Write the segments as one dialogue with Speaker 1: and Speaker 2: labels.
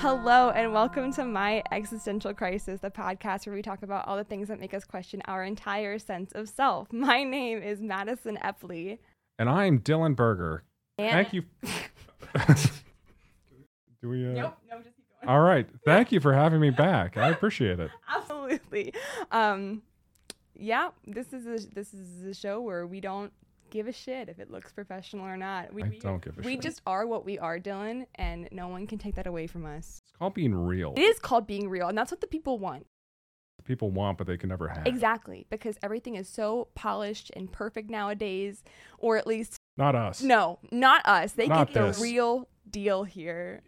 Speaker 1: Hello, and welcome to My Existential Crisis, the podcast where we talk about all the things that make us question our entire sense of self. My name is Madison Epley.
Speaker 2: And I'm Dylan Berger.
Speaker 1: And
Speaker 2: Thank you. Do we? Uh...
Speaker 1: Nope, no, just keep going.
Speaker 2: All right. Thank you for having me back. I appreciate it.
Speaker 1: Absolutely. Um, yeah, this is a, this is a show where we don't give a shit if it looks professional or not. We,
Speaker 2: I
Speaker 1: we-
Speaker 2: don't give a
Speaker 1: we
Speaker 2: shit.
Speaker 1: just are what we are, Dylan, and no one can take that away from us.
Speaker 2: It's called being real.
Speaker 1: It is called being real, and that's what the people want.
Speaker 2: People want, but they can never have.
Speaker 1: Exactly, because everything is so polished and perfect nowadays, or at least
Speaker 2: Not us.
Speaker 1: no, not us. They
Speaker 2: Not
Speaker 1: get the
Speaker 2: this.
Speaker 1: real deal here.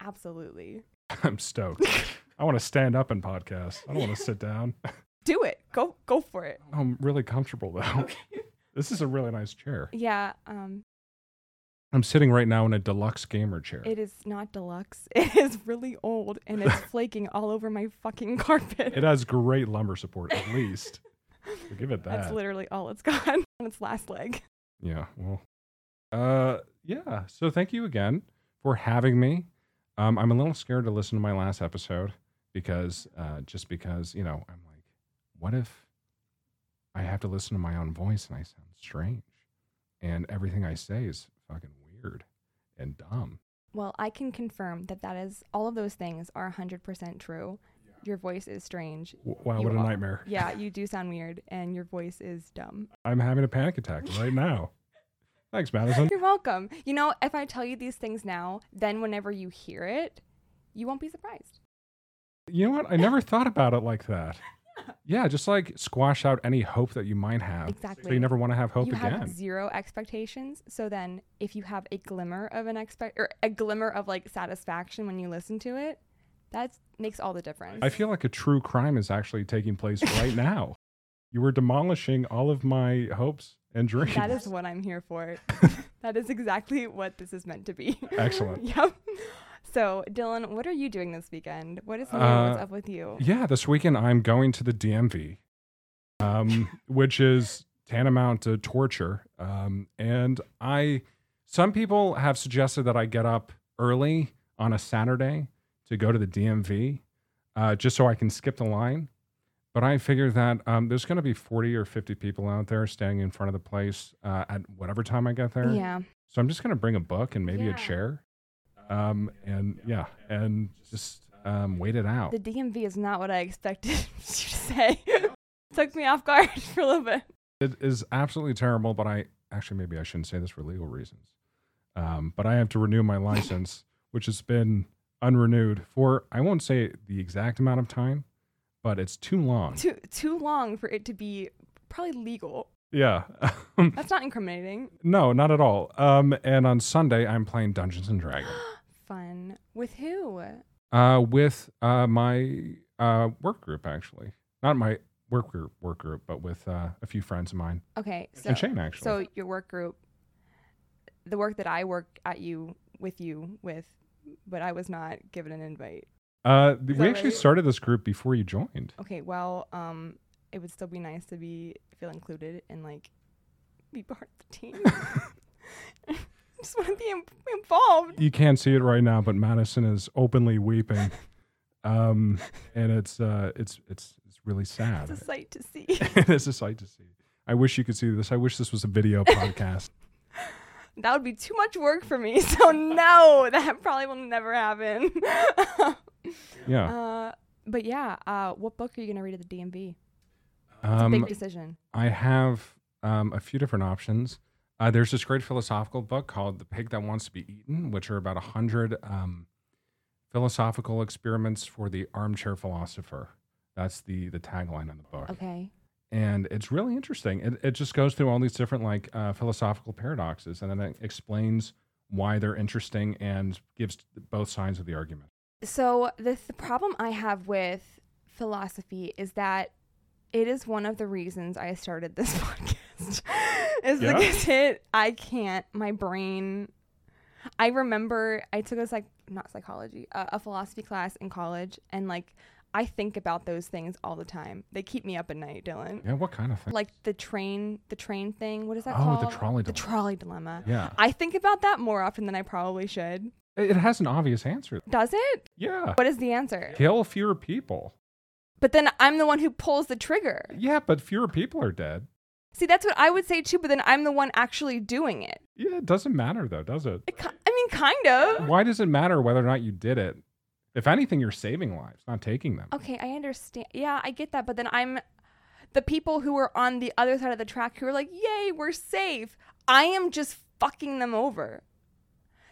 Speaker 1: Absolutely.
Speaker 2: I'm stoked. I want to stand up and podcast. I don't want to sit down.
Speaker 1: Do it. Go go for it.
Speaker 2: I'm really comfortable though. This is a really nice chair.
Speaker 1: Yeah, um
Speaker 2: I'm sitting right now in a deluxe gamer chair.
Speaker 1: it is not deluxe. It is really old and it's flaking all over my fucking carpet.
Speaker 2: It has great lumbar support, at least. We'll give it that.
Speaker 1: That's literally all it's got on its last leg.
Speaker 2: Yeah. Well. Uh. Yeah. So thank you again for having me. Um, I'm a little scared to listen to my last episode because uh, just because you know I'm like, what if I have to listen to my own voice and I sound strange, and everything I say is fucking weird and dumb.
Speaker 1: Well, I can confirm that that is all of those things are 100% true. Your voice is strange.
Speaker 2: W- Wow,
Speaker 1: You
Speaker 2: what a
Speaker 1: are-
Speaker 2: nightmare!
Speaker 1: Yeah, you do sound weird and your voice is dumb.
Speaker 2: I'm having a panic attack right now. Thanks, Madison.
Speaker 1: You're welcome. You know, if I tell you these things now, then whenever you hear it, you won't be surprised.
Speaker 2: You know what? I never thought about it like that. Yeah, just like squash out any hope that you might have. So
Speaker 1: Exactly.
Speaker 2: you never want to have hope
Speaker 1: you
Speaker 2: again.
Speaker 1: have zero expectations. So then if you have a glimmer of an expect or a glimmer of like satisfaction when you listen to it, that makes all the difference.
Speaker 2: I feel like a true crime is actually taking place right now. You were demolishing all of my hopes and dreams.
Speaker 1: that is what I'm here for. that is exactly what this is meant to be.
Speaker 2: excellent.
Speaker 1: yep. So, Dylan, what are you doing this weekend? What is new? What's
Speaker 2: Uh,
Speaker 1: up with you?
Speaker 2: Yeah, this weekend I'm going to the DMV, um, which is tantamount to torture. Um, and I, some people have suggested that I get up early on a Saturday to go to the DMV, uh, just so I can skip the line. But I figure that um, there's going to be 40 or 50 people out there standing in front of the place uh, at whatever time I get there.
Speaker 1: Yeah.
Speaker 2: So I'm just gonna bring a book and maybe
Speaker 1: Yeah.
Speaker 2: a chair, um, and yeah, and just um, wait it out.
Speaker 1: The DMV is not what I expected you to say. Took me off guard for a little bit.
Speaker 2: It is absolutely terrible, but I actually maybe I shouldn't say this for legal reasons. Um, but I have to renew my license, which has been unrenewed for I won't say the exact amount of time, but it's too long.
Speaker 1: Too too long for it to be probably legal.
Speaker 2: Yeah,
Speaker 1: That's not incriminating.
Speaker 2: no, not at all. Um, and on Sunday I'm playing Dungeons and Dragons
Speaker 1: Fun. With who?
Speaker 2: uh, with uh, my uh, work group actually, not my work group work group, but with uh, a few friends of mine.
Speaker 1: Okay. So
Speaker 2: and Shane actually.
Speaker 1: so your work group the work that I work at you with you with but I was not given an invite.
Speaker 2: uh, th-
Speaker 1: Is
Speaker 2: we
Speaker 1: that
Speaker 2: actually
Speaker 1: right?
Speaker 2: started this group before you joined.
Speaker 1: Okay, well, um it would still be nice to be feel included and like be part of the team. Just want to be in- involved.
Speaker 2: You can't see it right now, but Madison is openly weeping, um, and it's uh, it's it's it's really sad.
Speaker 1: It's a sight to see.
Speaker 2: it's a sight to see. I wish you could see this. I wish this was a video podcast.
Speaker 1: that would be too much work for me. So no, that probably will never happen.
Speaker 2: Yeah.
Speaker 1: uh, but yeah, uh, what book are you gonna read at the DMV?
Speaker 2: Um,
Speaker 1: Big decision.
Speaker 2: I have um, a few different options. Uh, there's this great philosophical book called The Pig That Wants to Be Eaten, which are about 100 um, philosophical experiments for the armchair philosopher. That's the, the tagline on the book.
Speaker 1: Okay.
Speaker 2: And it's really interesting. It, it just goes through all these different like uh, philosophical paradoxes and then it explains why they're interesting and gives both sides of the argument.
Speaker 1: So the, th- the problem I have with philosophy is that it is one of the reasons I started this podcast. is
Speaker 2: Yeah?
Speaker 1: because it I can't my brain. I remember I took a psych not psychology uh, a philosophy class in college and like I think about those things all the time. They keep me up at night, Dylan.
Speaker 2: Yeah, what kind of thing?
Speaker 1: Like the train the train thing. What is that
Speaker 2: oh,
Speaker 1: called?
Speaker 2: the trolley.
Speaker 1: The
Speaker 2: dilemma.
Speaker 1: trolley dilemma.
Speaker 2: yeah.
Speaker 1: I think about that more often than I probably should.
Speaker 2: It it has an obvious answer.
Speaker 1: Does it?
Speaker 2: Yeah.
Speaker 1: What is the answer?
Speaker 2: Kill fewer people.
Speaker 1: But then I'm the one who pulls the trigger.
Speaker 2: Yeah, but fewer people are dead.
Speaker 1: See, that's what I would say too, but then I'm the one actually doing it.
Speaker 2: Yeah, it doesn't matter though, does it?
Speaker 1: it ki- I mean, kind of.
Speaker 2: Why does it matter whether or not you did it? If anything, you're saving lives, not taking them.
Speaker 1: Okay, I understand. Yeah, I get that, but then I'm the people who are on the other side of the track who are like, "Yay, we're safe." I am just fucking them over.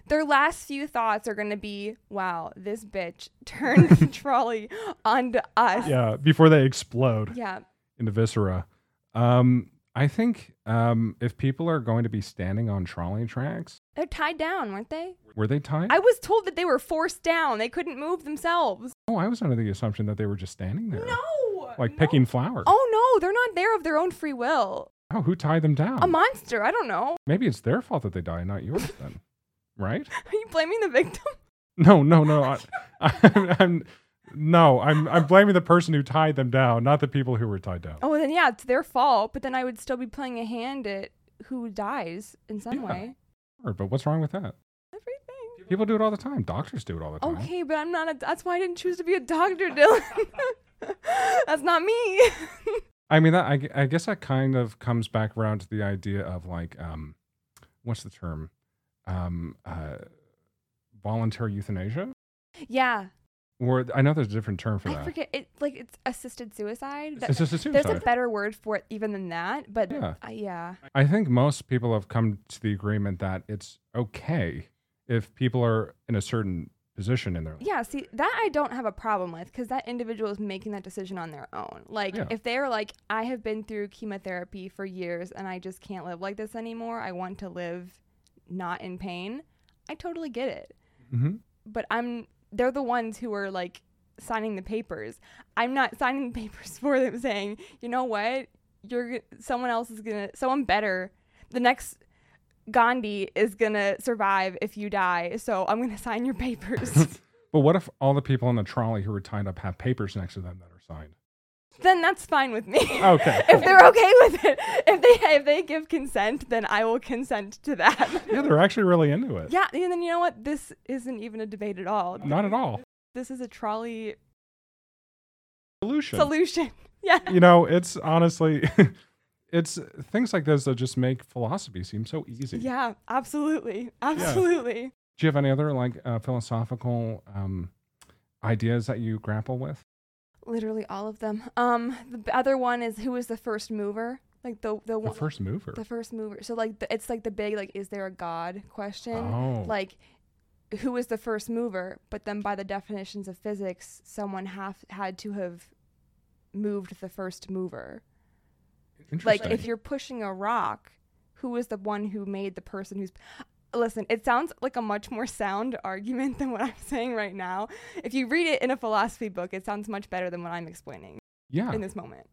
Speaker 1: Their last few thoughts are going to be, "Wow, this bitch turned the trolley onto us."
Speaker 2: Yeah, before they explode
Speaker 1: yeah.
Speaker 2: into viscera. Um, I think um, if people are going to be standing on trolley tracks,
Speaker 1: They're tied down, weren't they?
Speaker 2: were they tied?
Speaker 1: I was told that they were forced down. They couldn't move themselves.
Speaker 2: oh, I was under the assumption that they were just standing there,
Speaker 1: No.
Speaker 2: like picking flowers.
Speaker 1: Oh no, they're not there of their own free will.
Speaker 2: Oh, who tied them down?
Speaker 1: A monster. I don't know.
Speaker 2: Maybe it's their fault that they die, not yours then, right?
Speaker 1: Are you blaming the victim?
Speaker 2: No, no, no. I, I'm, I'm no, I'm I'm blaming the person who tied them down, not the people who were tied down.
Speaker 1: Oh, then yeah, it's their fault. But then I would still be playing a hand at who dies in some
Speaker 2: Yeah.
Speaker 1: way.
Speaker 2: Sure, But what's wrong with that?
Speaker 1: Everything.
Speaker 2: People do it all the time. Doctors do it all the time.
Speaker 1: Okay, but I'm not. A, that's why I didn't choose to be a doctor, Dylan. that's not me.
Speaker 2: I mean, that, I, gu- I guess that kind of comes back around to the idea of like, um, what's the term? Um, uh, voluntary euthanasia?
Speaker 1: yeah,
Speaker 2: Or I know there's a different term for
Speaker 1: I
Speaker 2: that.
Speaker 1: forget. It like it's assisted suicide. That-
Speaker 2: It's just a
Speaker 1: there's a
Speaker 2: suicide.
Speaker 1: better word for it even than that, but
Speaker 2: Yeah.
Speaker 1: yeah, uh, yeah.
Speaker 2: I think most people have come to the agreement that it's okay if people are in a certain position in their life.
Speaker 1: Yeah, see, that I don't have a problem with because that individual is making that decision on their own. Like,
Speaker 2: Yeah.
Speaker 1: if they're like, I have been through chemotherapy for years and I just can't live like this anymore, I want to live not in pain, I totally get it.
Speaker 2: Mhm.
Speaker 1: But I'm, they're the ones who are like signing the papers. I'm not signing the papers for them saying, you know what, you're, g- someone else is gonna, someone better, the next Gandhi is gonna survive if you die, so I'm gonna sign your papers.
Speaker 2: But what if all the people on the trolley who were tied up have papers next to them that are signed?
Speaker 1: then that's fine with me.
Speaker 2: Okay, cool.
Speaker 1: if they're okay with it, if they if they give consent, then I will consent to that.
Speaker 2: Yeah, they're actually really into it.
Speaker 1: yeah, and then you know what? This isn't even a debate at all.
Speaker 2: Not at all.
Speaker 1: This is a trolley
Speaker 2: Solution.
Speaker 1: solution. Yeah.
Speaker 2: you know, it's honestly, it's things like this that just make philosophy seem so easy.
Speaker 1: Yeah, absolutely. Absolutely.
Speaker 2: Do you have any other like uh, philosophical um, ideas that you grapple with?
Speaker 1: Literally all of them. Um the b- other one is who is the first mover? Like the the
Speaker 2: The
Speaker 1: one
Speaker 2: first mover.
Speaker 1: the first mover. So like the, it's like the big like is there a god question?
Speaker 2: oh,
Speaker 1: like who is the first mover but then by the definitions of physics someone have had to have moved the first mover like
Speaker 2: interesting.
Speaker 1: if you're pushing a rock who is the one who made the person who's listen it sounds like a much more sound argument than what i'm saying right now if you read it in a philosophy book it sounds much better than what i'm explaining
Speaker 2: yeah,
Speaker 1: in this moment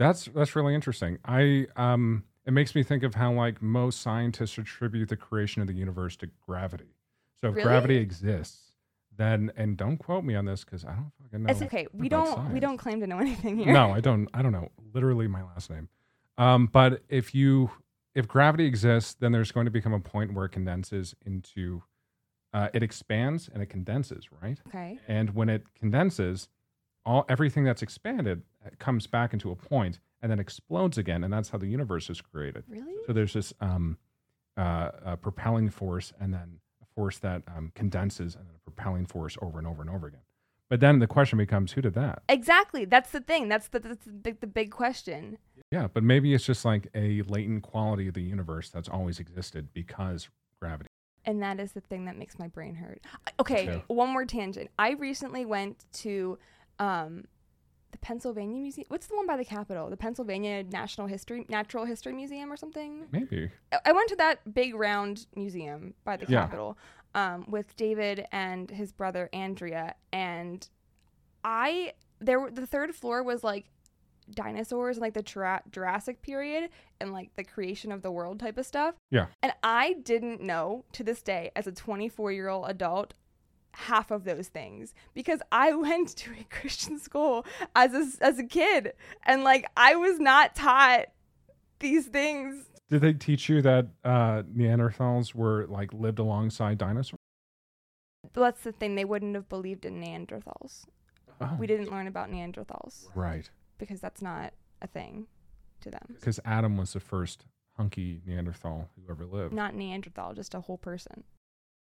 Speaker 2: that's that's really interesting. I um, it makes me think of how like most scientists attribute the creation of the universe to gravity. So if
Speaker 1: Really?
Speaker 2: gravity exists, then and don't quote me on this because I don't fucking know.
Speaker 1: it's okay we
Speaker 2: about
Speaker 1: don't we
Speaker 2: science.
Speaker 1: don't claim to know anything here
Speaker 2: No, I don't. I don't know. Literally, my last name. Um, but if you if gravity exists, then there's going to become a point where it condenses into uh, it expands and it condenses, right?
Speaker 1: okay
Speaker 2: And when it condenses, all everything that's expanded uh, comes back into a point and then explodes again, and that's how the universe is created.
Speaker 1: really
Speaker 2: So there's this um, uh, uh, propelling force, and then a force that um, condenses, and then a propelling force over and over and over again. But then the question becomes, who did that?
Speaker 1: exactly that's the thing that's the that's the, big- the big question
Speaker 2: Yeah, but maybe it's just like a latent quality of the universe that's always existed because gravity.
Speaker 1: And that is the thing that makes my brain hurt. I- Okay,
Speaker 2: Okay.
Speaker 1: one more tangent. I recently went to um, the Pennsylvania Museum. What's the one by the Capitol? The Pennsylvania National History Natural History Museum or something?
Speaker 2: Maybe.
Speaker 1: I- I went to that big round museum by the
Speaker 2: Yeah.
Speaker 1: Capitol um, with David and his brother Andrea, and I there were- the third floor was like dinosaurs and like the Jura- Jurassic period and like the creation of the world type of stuff.
Speaker 2: Yeah.
Speaker 1: and I didn't know to this day as a 24 year old adult half of those things because I went to a Christian school as a, as a kid and like I was not taught these things
Speaker 2: Did they teach you that uh, Neanderthals were like lived alongside dinosaurs?
Speaker 1: But that's the thing. They wouldn't have believed in Neanderthals.
Speaker 2: Oh,
Speaker 1: We didn't learn about Neanderthals
Speaker 2: right.
Speaker 1: because that's not a thing to them.
Speaker 2: Because Adam was the first hunky Neanderthal who ever lived.
Speaker 1: Not Neanderthal, just a whole person,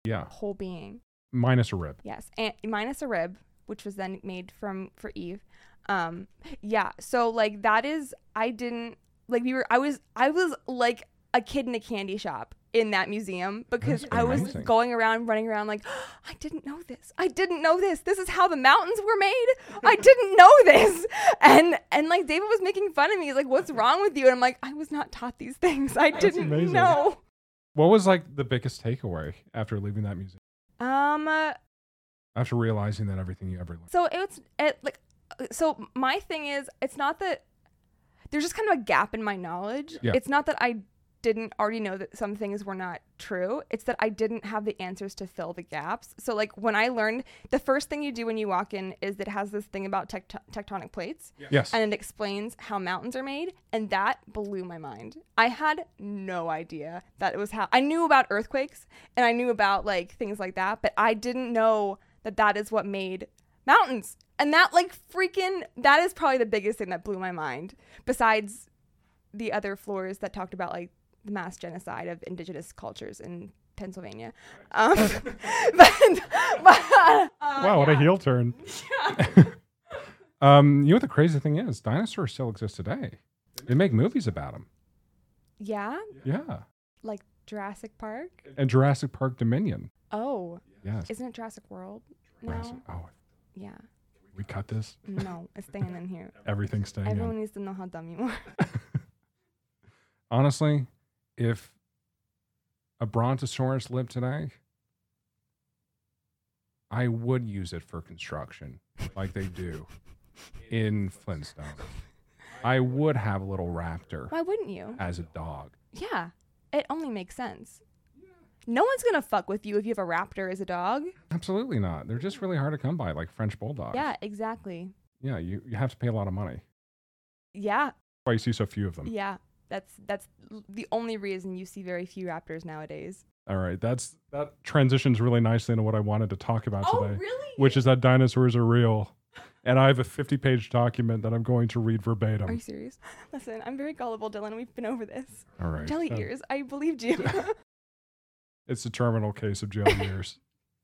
Speaker 2: Yeah.
Speaker 1: whole being.
Speaker 2: Minus a rib.
Speaker 1: Yes, and minus a rib, which was then made from for Eve. Um, yeah. So like that is I didn't like we were I was I was like a kid in a candy shop in that museum because
Speaker 2: That's
Speaker 1: I was
Speaker 2: amazing.
Speaker 1: going around running around like I didn't know this. I didn't know this. This is how the mountains were made. I didn't know this. And and like David was making fun of me. He's like, "What's wrong with you?" And I'm like, "I was not taught these things. I didn't
Speaker 2: amazing.
Speaker 1: know."
Speaker 2: What was like the biggest takeaway after leaving that museum?
Speaker 1: Um
Speaker 2: After realizing that everything you ever learned?
Speaker 1: So it's it, like, uh, so my thing is, it's not that there's just kind of a gap in my knowledge.
Speaker 2: Yeah.
Speaker 1: It's not that I didn't already know that some things were not true. It's that I didn't have the answers to fill the gaps. So like when I learned, the first thing you do when you walk in is it has this thing about tect- tectonic plates
Speaker 2: Yes.
Speaker 1: and it explains how mountains are made and that blew my mind i had no idea that it was how i knew about earthquakes and i knew about like things like that but i didn't know that that is what made mountains and that like freaking that is probably the biggest thing that blew my mind besides the other floors that talked about like the mass genocide of indigenous cultures in pennsylvania um, but, but, uh,
Speaker 2: wow, what a heel turn. um, you know what the crazy thing is? Dinosaurs still exist today. They make movies about them.
Speaker 1: yeah
Speaker 2: Yeah.
Speaker 1: like jurassic park
Speaker 2: And Jurassic Park Dominion.
Speaker 1: oh
Speaker 2: Yes.
Speaker 1: Isn't it Jurassic World? No.
Speaker 2: Jurassic. Oh,
Speaker 1: Yeah.
Speaker 2: we cut this.
Speaker 1: No, it's staying in here.
Speaker 2: Everything's staying in.
Speaker 1: Everyone needs to know how dumb you are.
Speaker 2: honestly, if a brontosaurus lived today, I would use it for construction like they do in Flintstone. I would have a little raptor
Speaker 1: Why wouldn't you?
Speaker 2: as a dog.
Speaker 1: Yeah. It only makes sense. No one's gonna fuck with you if you have a raptor as a dog.
Speaker 2: Absolutely not. They're just really hard to come by, like French bulldogs.
Speaker 1: Yeah, exactly.
Speaker 2: Yeah, you, you have to pay a lot of money.
Speaker 1: Yeah,
Speaker 2: Why you see so few of them.
Speaker 1: yeah. That's that's l- the only reason you see very few raptors nowadays.
Speaker 2: All right. That's that transitions really nicely into what I wanted to talk about
Speaker 1: Oh,
Speaker 2: today.
Speaker 1: really?
Speaker 2: which is that dinosaurs are real. And I have a 50 page document that I'm going to read
Speaker 1: Are you
Speaker 2: verbatim.
Speaker 1: serious? Listen, I'm very gullible, Dylan. We've been over this.
Speaker 2: All right.
Speaker 1: Jelly
Speaker 2: so
Speaker 1: ears. I believed you.
Speaker 2: It's a terminal case of jail years.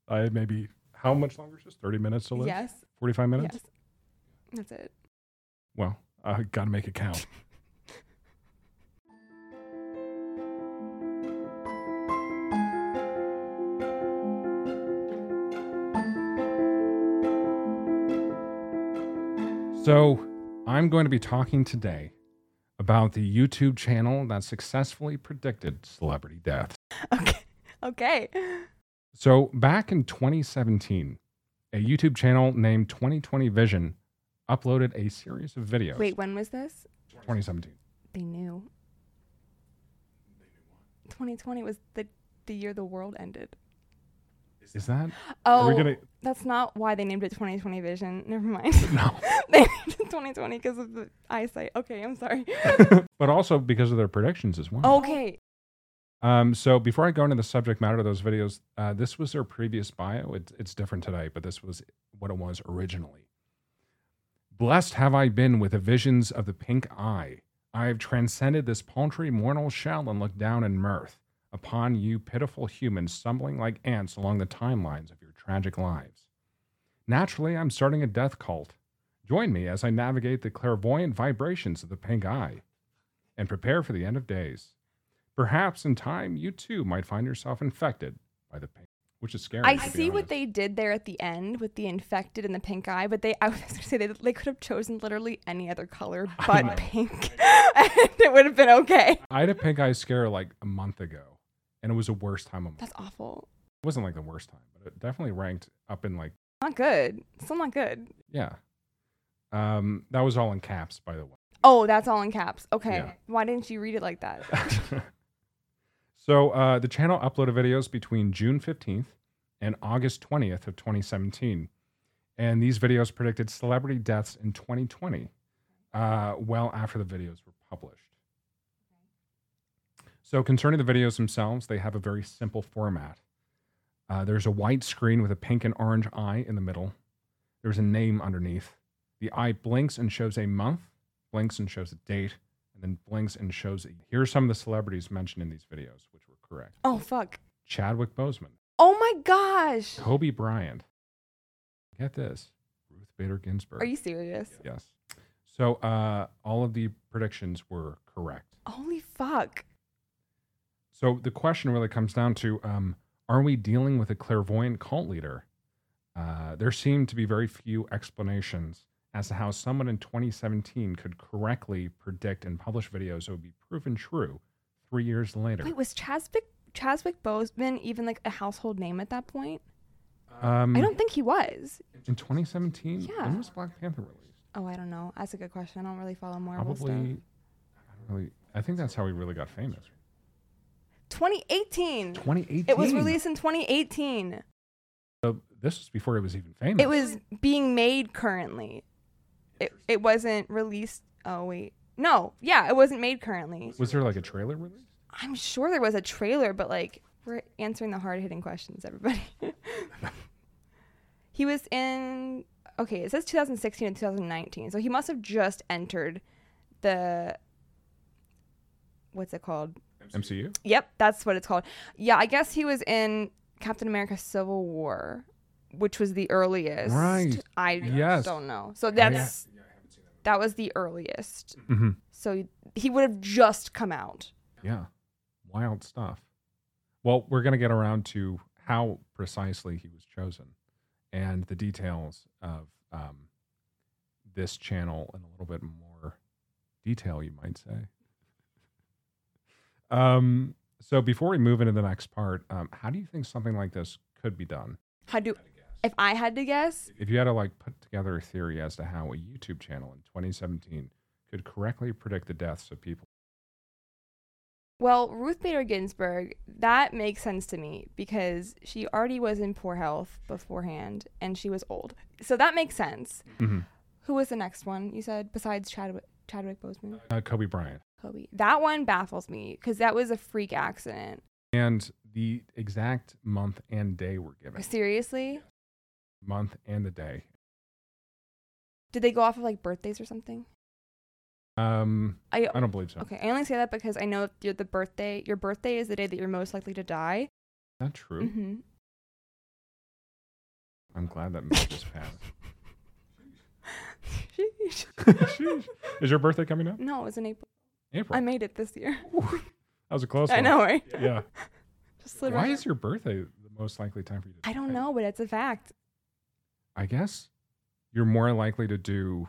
Speaker 2: I maybe, how much longer is this? 30 minutes to live?
Speaker 1: yes.
Speaker 2: 45 minutes?
Speaker 1: Yes. That's it.
Speaker 2: Well, I got to make it count. so, I'm going to be talking today about the YouTube channel that successfully predicted celebrity death.
Speaker 1: Okay. Okay.
Speaker 2: So, back in 2017, a YouTube channel named 2020 Vision uploaded a series of videos.
Speaker 1: Wait, when was this?
Speaker 2: 2017.
Speaker 1: They knew. 2020 was the the year the world ended.
Speaker 2: Is that?
Speaker 1: Oh,
Speaker 2: Are we gonna?
Speaker 1: that's not why they named it 2020 Vision. Never mind.
Speaker 2: No.
Speaker 1: they named it 2020 because of the eyesight. Okay, I'm sorry.
Speaker 2: but also because of their predictions as well.
Speaker 1: okay.
Speaker 2: Um, so before I go into the subject matter of those videos, uh, this was their previous bio. It, it's different today, but this was what it was originally. Blessed have I been with the visions of the pink eye. I have transcended this paltry mortal shell and looked down in mirth upon you pitiful humans stumbling like ants along the timelines of your tragic lives. Naturally, I'm starting a death cult. Join me as I navigate the clairvoyant vibrations of the pink eye and prepare for the end of days. Perhaps in time, you too might find yourself infected by the pain, which is scary.
Speaker 1: I
Speaker 2: to be
Speaker 1: see what
Speaker 2: honest.
Speaker 1: they did there at the end with the infected and the pink eye, but they I was gonna say they they could have chosen literally any other color
Speaker 2: know.
Speaker 1: but pink, and it would have been okay.
Speaker 2: I had a pink eye scare like a month ago, and it was the worst time of my.
Speaker 1: That's awful.
Speaker 2: It wasn't like the worst time, but it definitely ranked up in like
Speaker 1: Not good. Still not good.
Speaker 2: yeah. Um, that was all in caps, by the way.
Speaker 1: Oh, that's all in caps. Okay.
Speaker 2: Yeah.
Speaker 1: Why didn't you read it like that?
Speaker 2: so uh, the channel uploaded videos between June 15th and August 20th of 2017. And these videos predicted celebrity deaths in 2020, uh, well after the videos were published. So concerning the videos themselves, they have a very simple format. Uh, there's a white screen with a pink and orange eye in the middle. There's a name underneath. The eye blinks and shows a month, blinks and shows a date, and then blinks and shows. A, here are some of the celebrities mentioned in these videos, which were correct
Speaker 1: Oh fuck.
Speaker 2: Chadwick Boseman,
Speaker 1: Oh my gosh.
Speaker 2: Kobe Bryant. Get this Ruth Bader Ginsburg.
Speaker 1: Are you serious?
Speaker 2: yes. So uh, all of the predictions were correct.
Speaker 1: Holy fuck.
Speaker 2: So the question really comes down to: um, Are we dealing with a clairvoyant cult leader? Uh, there seem to be very few explanations as to how someone in 2017 could correctly predict and publish videos that would be proven true three years later.
Speaker 1: Wait, was Chaswick Chaswick Boseman even like a household name at that point?
Speaker 2: um,
Speaker 1: I don't think he was.
Speaker 2: in 2017,
Speaker 1: Yeah.
Speaker 2: when was Black Panther released?
Speaker 1: Oh, I don't know. That's a good question. I don't really follow Marvel
Speaker 2: Probably. I
Speaker 1: stuff.
Speaker 2: don't really. I think that's how we really got famous.
Speaker 1: 2018.
Speaker 2: 2018.
Speaker 1: It was released in 2018.
Speaker 2: So this was before it was even famous.
Speaker 1: It was being made currently. It it wasn't released. Oh wait. No. Yeah, it wasn't made currently.
Speaker 2: Was there like a trailer released?
Speaker 1: I'm sure there was a trailer, but like we're answering the hard hitting questions, everybody. he was in okay, it says 2016 and 2019, so he must have just entered the what's it called?
Speaker 2: MCU.
Speaker 1: Yep, that's what it's called. Yeah, I guess he was in Captain America: Civil War, which was the earliest.
Speaker 2: Right.
Speaker 1: I
Speaker 2: Yes.
Speaker 1: don't know. So that's that was the earliest.
Speaker 2: Mm-hmm.
Speaker 1: So he would have just come out.
Speaker 2: Yeah. Wild stuff. Well, we're going to get around to how precisely he was chosen and the details of um, this channel in a little bit more detail, you might say. Um, so, before we move into the next part, um, how do you think something like this could be done?
Speaker 1: How do if I had to guess?
Speaker 2: If you had to like put together a theory as to how a YouTube channel in 2017 could correctly predict the deaths of people.
Speaker 1: Well, Ruth Bader Ginsburg, that makes sense to me because she already was in poor health beforehand and she was old. So that makes sense.
Speaker 2: Mhm.
Speaker 1: Who was the next one you said besides Chadwick, Chadwick Boseman?
Speaker 2: Uh, Kobe Bryant.
Speaker 1: Kobe. That one baffles me because that was a freak accident.
Speaker 2: and the exact month and day were given.
Speaker 1: Seriously?
Speaker 2: Month and the day.
Speaker 1: Did they go off of like birthdays or something?
Speaker 2: Um,
Speaker 1: I
Speaker 2: I don't believe so.
Speaker 1: okay. I only say that because I know if you're the birthday. Your birthday is the day that you're most likely to die.
Speaker 2: Is that true?
Speaker 1: hmm
Speaker 2: I'm glad that message just passed. Sheesh. Is your birthday coming up?
Speaker 1: no, it was in April.
Speaker 2: April.
Speaker 1: I made it this year.
Speaker 2: Ooh, that was a close
Speaker 1: I
Speaker 2: one.
Speaker 1: know, right?
Speaker 2: Yeah.
Speaker 1: Just slid
Speaker 2: Why
Speaker 1: right-
Speaker 2: is your birthday the most likely time for you to?
Speaker 1: I don't
Speaker 2: die?
Speaker 1: know, but it's a fact.
Speaker 2: I guess you're more likely to do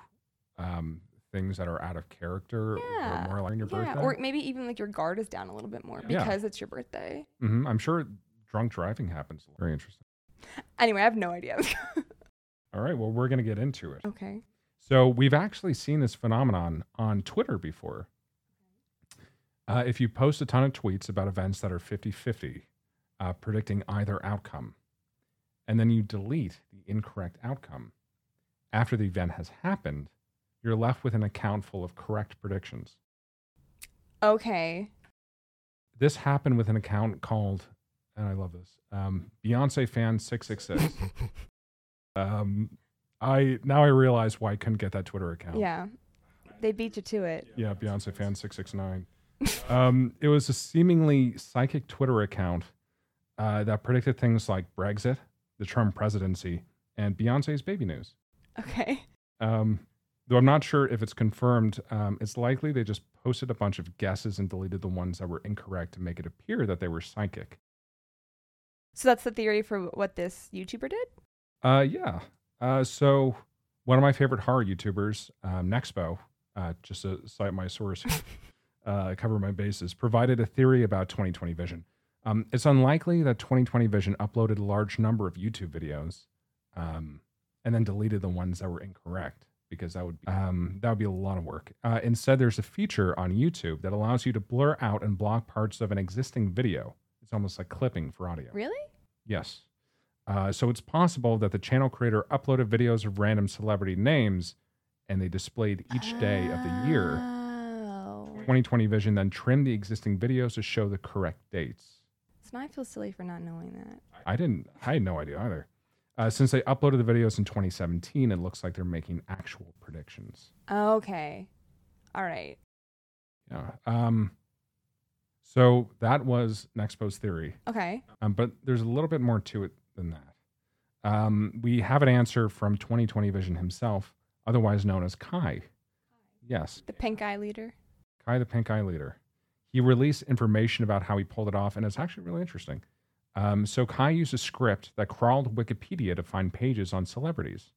Speaker 2: um, things that are out of character
Speaker 1: Yeah.
Speaker 2: or more like on your
Speaker 1: Yeah,
Speaker 2: birthday.
Speaker 1: or maybe even like your guard is down a little bit more
Speaker 2: Yeah.
Speaker 1: because it's your birthday.
Speaker 2: hmm I'm sure drunk driving happens. Very interesting.
Speaker 1: Anyway, I have no idea.
Speaker 2: All right. Well, we're gonna get into it.
Speaker 1: okay.
Speaker 2: So we've actually seen this phenomenon on Twitter before. Uh, if you post a ton of tweets about events that are 50 50, uh, predicting either outcome, and then you delete the incorrect outcome after the event has happened, you're left with an account full of correct predictions.
Speaker 1: Okay.
Speaker 2: This happened with an account called, and I love this, um, Beyonce fan 666. um, I now I realize why I couldn't get that Twitter account.
Speaker 1: Yeah. They beat you to it.
Speaker 2: Yeah, Beyonce fan six six nine. Um, it was a seemingly psychic Twitter account uh, that predicted things like Brexit, the Trump presidency, and Beyonce's baby news.
Speaker 1: Okay.
Speaker 2: Um, though I'm not sure if it's confirmed, um, it's likely they just posted a bunch of guesses and deleted the ones that were incorrect to make it appear that they were psychic.
Speaker 1: So that's the theory for what this YouTuber did?
Speaker 2: Uh, yeah. Uh, so one of my favorite horror YouTubers, um, Nexpo, uh, just to cite my source, here, uh, cover my bases, provided a theory about 2020 vision. Um, it's unlikely that 2020 vision uploaded a large number of YouTube videos, um, and then deleted the ones that were incorrect because that would be, um, that would be a lot of work. Uh, instead, there's a feature on YouTube that allows you to blur out and block parts of an existing video. It's almost like clipping for audio.
Speaker 1: Really?
Speaker 2: Yes. Uh, so it's possible that the channel creator uploaded videos of random celebrity names and they displayed each day of the year.
Speaker 1: Oh.
Speaker 2: 2020 Vision then trimmed the existing videos to show the correct dates.
Speaker 1: So now I feel silly for not knowing that.
Speaker 2: I didn't. I had no idea either. Uh, since they uploaded the videos in 2017, it looks like they're making actual predictions.
Speaker 1: Okay. All right.
Speaker 2: Yeah. Um. So that was Nextpo's theory,
Speaker 1: Okay.
Speaker 2: um, but there's a little bit more to it than that. Um, we have an answer from 2020 Vision himself, otherwise known as Kai. Yes,
Speaker 1: The pink eye leader.
Speaker 2: Kai the Pink Eye Leader. He released information about how he pulled it off, and it's actually really interesting. Um, so Kai used a script that crawled Wikipedia to find pages on celebrities.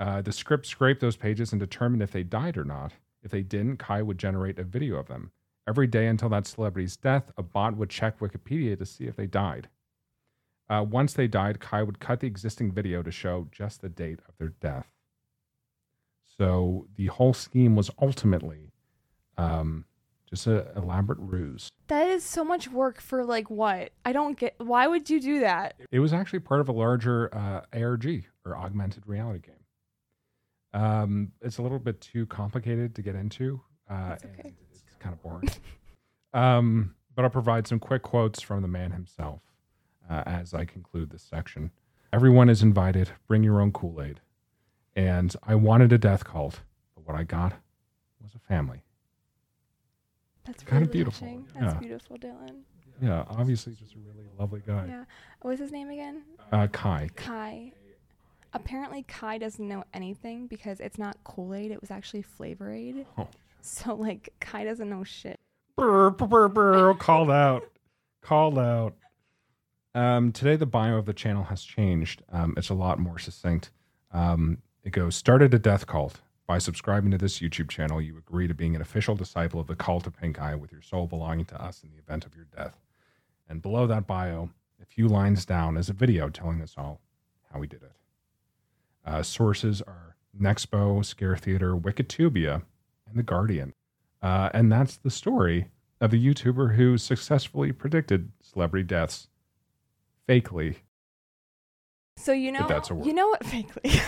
Speaker 2: Uh, the script scraped those pages and determined if they died or not. If they didn't, Kai would generate a video of them. Every day until that celebrity's death, a bot would check Wikipedia to see if they died. Uh, once they died, Kai would cut the existing video to show just the date of their death. So the whole scheme was ultimately um, just an elaborate ruse.
Speaker 1: That is so much work for like what? I don't get. Why would you do that?
Speaker 2: It was actually part of a larger uh, ARG or augmented reality game. Um, it's a little bit too complicated to get into. Uh,
Speaker 1: That's okay.
Speaker 2: and It's kind of boring. um, but I'll provide some quick quotes from the man himself uh, as I conclude this section. Everyone is invited. Bring your own Kool Aid. And I wanted a death cult, but what I got was a family.
Speaker 1: That's
Speaker 2: Kinda
Speaker 1: really
Speaker 2: beautiful,
Speaker 1: touching. That's
Speaker 2: yeah.
Speaker 1: beautiful, Dylan.
Speaker 2: Yeah, obviously, just a really lovely guy.
Speaker 1: Yeah. What was his name again?
Speaker 2: Uh, Kai,
Speaker 1: Kai. Apparently, Kai doesn't know anything because it's not Kool Aid. It was actually Flavor Aid.
Speaker 2: Oh.
Speaker 1: So like, Kai doesn't know shit.
Speaker 2: Brr, brr, brr, brr, called out, called out. Um, today, the bio of the channel has changed. Um, it's a lot more succinct. Um, it goes started a death cult. By subscribing to this YouTube channel, you agree to being an official disciple of the cult of Pink Eye with your soul belonging to us in the event of your death. And below that bio, a few lines down is a video telling us all how we did it. Uh, sources are Nexpo, Scare Theater, Wikitubia, and The Guardian. Uh, and that's the story of the YouTuber who successfully predicted celebrity deaths fakely.
Speaker 1: So you know,
Speaker 2: that's a word.
Speaker 1: you know what? Vaguely.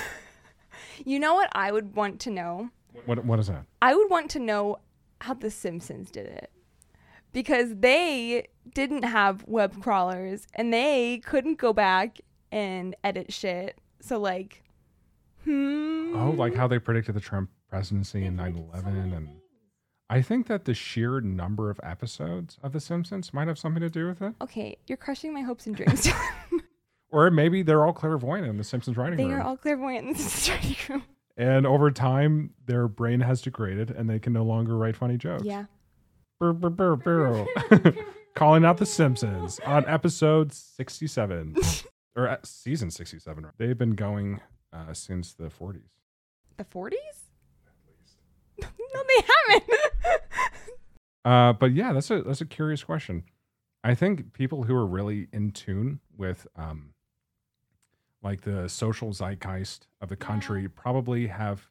Speaker 1: you know what I would want to know.
Speaker 2: What, what is that?
Speaker 1: I would want to know how The Simpsons did it. Because they didn't have web crawlers and they couldn't go back and edit shit. So, like, hmm.
Speaker 2: Oh, like how they predicted the Trump presidency in 9 11. And I think that the sheer number of episodes of The Simpsons might have something to do with it.
Speaker 1: Okay, you're crushing my hopes and dreams.
Speaker 2: Or maybe they're all clairvoyant in The Simpsons writing
Speaker 1: they
Speaker 2: room.
Speaker 1: are all clairvoyant in this study room.
Speaker 2: and over time, their brain has degraded and they can no longer write funny jokes.
Speaker 1: Yeah.
Speaker 2: Brr, brr, brr, brr. Calling out The Simpsons on episode 67 or uh, season 67. They've been going uh, since the 40s.
Speaker 1: The 40s? no, they haven't.
Speaker 2: Uh, but yeah, that's a that's a curious question. I think people who are really in tune with um, like the social zeitgeist of the country probably have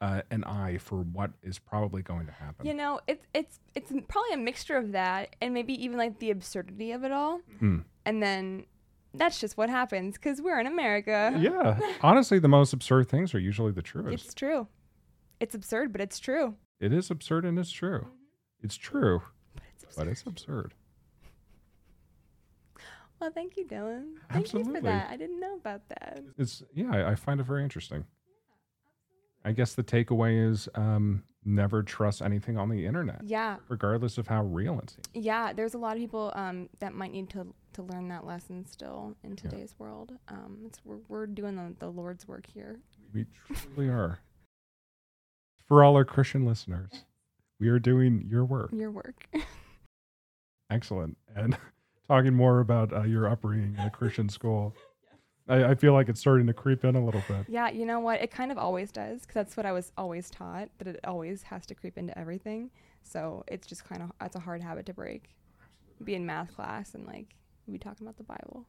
Speaker 2: uh, an eye for what is probably going to happen.
Speaker 1: you know, it's it's it's probably a mixture of that and maybe even like the absurdity of it all.
Speaker 2: Hmm.
Speaker 1: and then that's just what happens because we're in America.
Speaker 2: yeah, honestly, the most absurd things are usually the truest.
Speaker 1: It's true. It's absurd, but it's true.
Speaker 2: It is absurd and it's true. It's true,
Speaker 1: But it's absurd.
Speaker 2: but it's absurd.
Speaker 1: Well, thank you, Dylan. Thank you
Speaker 2: Absolutely.
Speaker 1: for that. I didn't know about that.
Speaker 2: It's yeah, I, I find it very interesting. I guess the takeaway is um, never trust anything on the internet,
Speaker 1: Yeah,
Speaker 2: regardless of how real it seems.
Speaker 1: yeah. There's a lot of people um, that might need to to learn that lesson still in today's world. Um, it's we're, we're doing the, the Lord's work here.
Speaker 2: We truly are. For all our Christian listeners, we are doing your work.
Speaker 1: Your work.
Speaker 2: Excellent. And talking more about uh, your upbringing in a Christian school, I, I feel like it's starting to creep in a little bit.
Speaker 1: yeah, you know what? It kind of always does because that's what I was always taught that it always has to creep into everything. So it's just kind of it's a hard habit to break. Be in math class and like be talking about the Bible.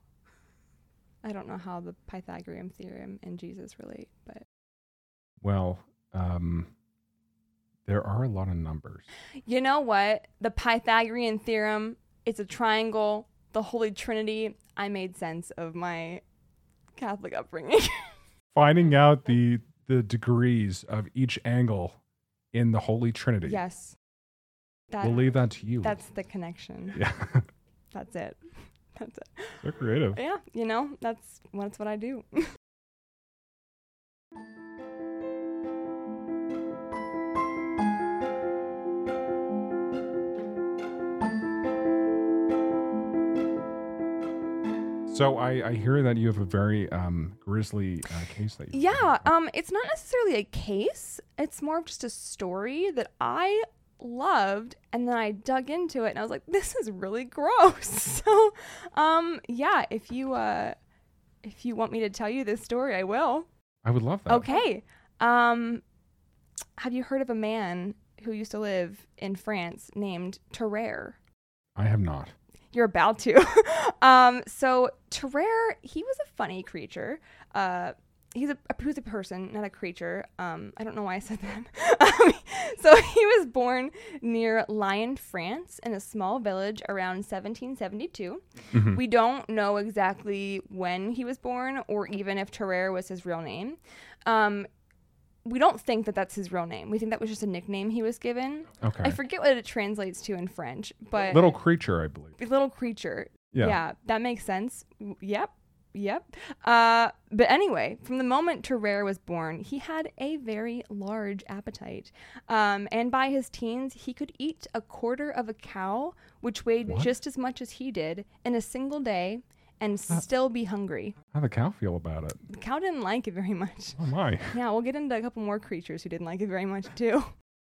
Speaker 1: I don't know how the Pythagorean theorem and Jesus relate, but
Speaker 2: Well, um, there are a lot of numbers.
Speaker 1: you know what? The Pythagorean theorem, it's a triangle, the Holy Trinity. I made sense of my Catholic upbringing.
Speaker 2: Finding out the the degrees of each angle in the Holy Trinity.
Speaker 1: yes. That,
Speaker 2: We'll leave that to you.
Speaker 1: that's the connection.
Speaker 2: yeah.
Speaker 1: That's it. That's it.
Speaker 2: They're creative.
Speaker 1: Yeah, you know, that's that's what I do.
Speaker 2: So I, I hear that you have a very um, grisly uh, case that you.
Speaker 1: Yeah, um, it's not necessarily a case. It's more of just a story that I loved, and then I dug into it, and I was like, "This is really gross." so, um, yeah, if you uh, if you want me to tell you this story, I will.
Speaker 2: I would love that.
Speaker 1: Okay. Um, have you heard of a man who used to live in France named Terrer?
Speaker 2: I have not.
Speaker 1: you're about to. um, so Terrer, he was a funny creature. Uh, he's a, a he was a person, not a creature. Um, I don't know why I said that. um, so he was born near Lyon, France, in a small village around 1772.
Speaker 2: Mhm.
Speaker 1: We don't know exactly when he was born, or even if Terrer was his real name. Um, we don't think that that's his real name. We think that was just a nickname he was given.
Speaker 2: Okay.
Speaker 1: I forget what it translates to in French, but
Speaker 2: Little creature, I believe.
Speaker 1: little creature.
Speaker 2: Yeah.
Speaker 1: that makes sense. W- Yep, yep. Uh, but anyway, from the moment Terrer was born, he had a very large appetite. Um, and by his teens, he could eat a quarter of a cow, which weighed
Speaker 2: What?
Speaker 1: just as much as he did, in a single day and
Speaker 2: Uh.
Speaker 1: still be hungry.
Speaker 2: How the cow feel about it?
Speaker 1: The cow didn't like it very much.
Speaker 2: Oh my!
Speaker 1: Yeah, we'll get into a couple more creatures who didn't like it very much, too.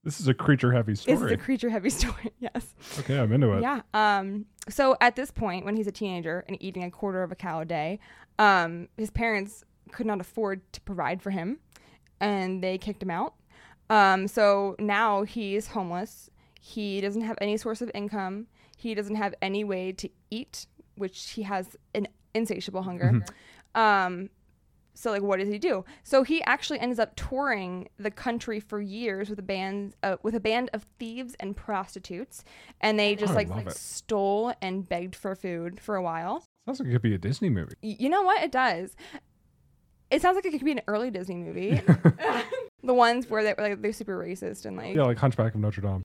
Speaker 2: This is a creature-heavy
Speaker 1: This is
Speaker 2: story.
Speaker 1: a creature heavy story, yes.
Speaker 2: okay, I'm into it.
Speaker 1: Yeah. Um. So at this point, when he's a teenager and eating a quarter of a cow a day, um, his parents could not afford to provide for him, and they kicked him out. Um. So now he's homeless. He doesn't have any source of income. He doesn't have any way to eat, which he has an insatiable hunger.
Speaker 2: Mm-hmm.
Speaker 1: Um. So like, what does he do? So he actually ends up touring the country for years with a band uh, with a band of thieves and prostitutes, and they just
Speaker 2: I
Speaker 1: like,
Speaker 2: love
Speaker 1: like
Speaker 2: it.
Speaker 1: stole and begged for food for a while.
Speaker 2: Sounds like it could be a Disney movie.
Speaker 1: Y- You know what? It does. It sounds like it could be an early Disney movie. the ones where they were like they're super racist and like
Speaker 2: Yeah,
Speaker 1: yeah.
Speaker 2: like Hunchback of Notre Dame.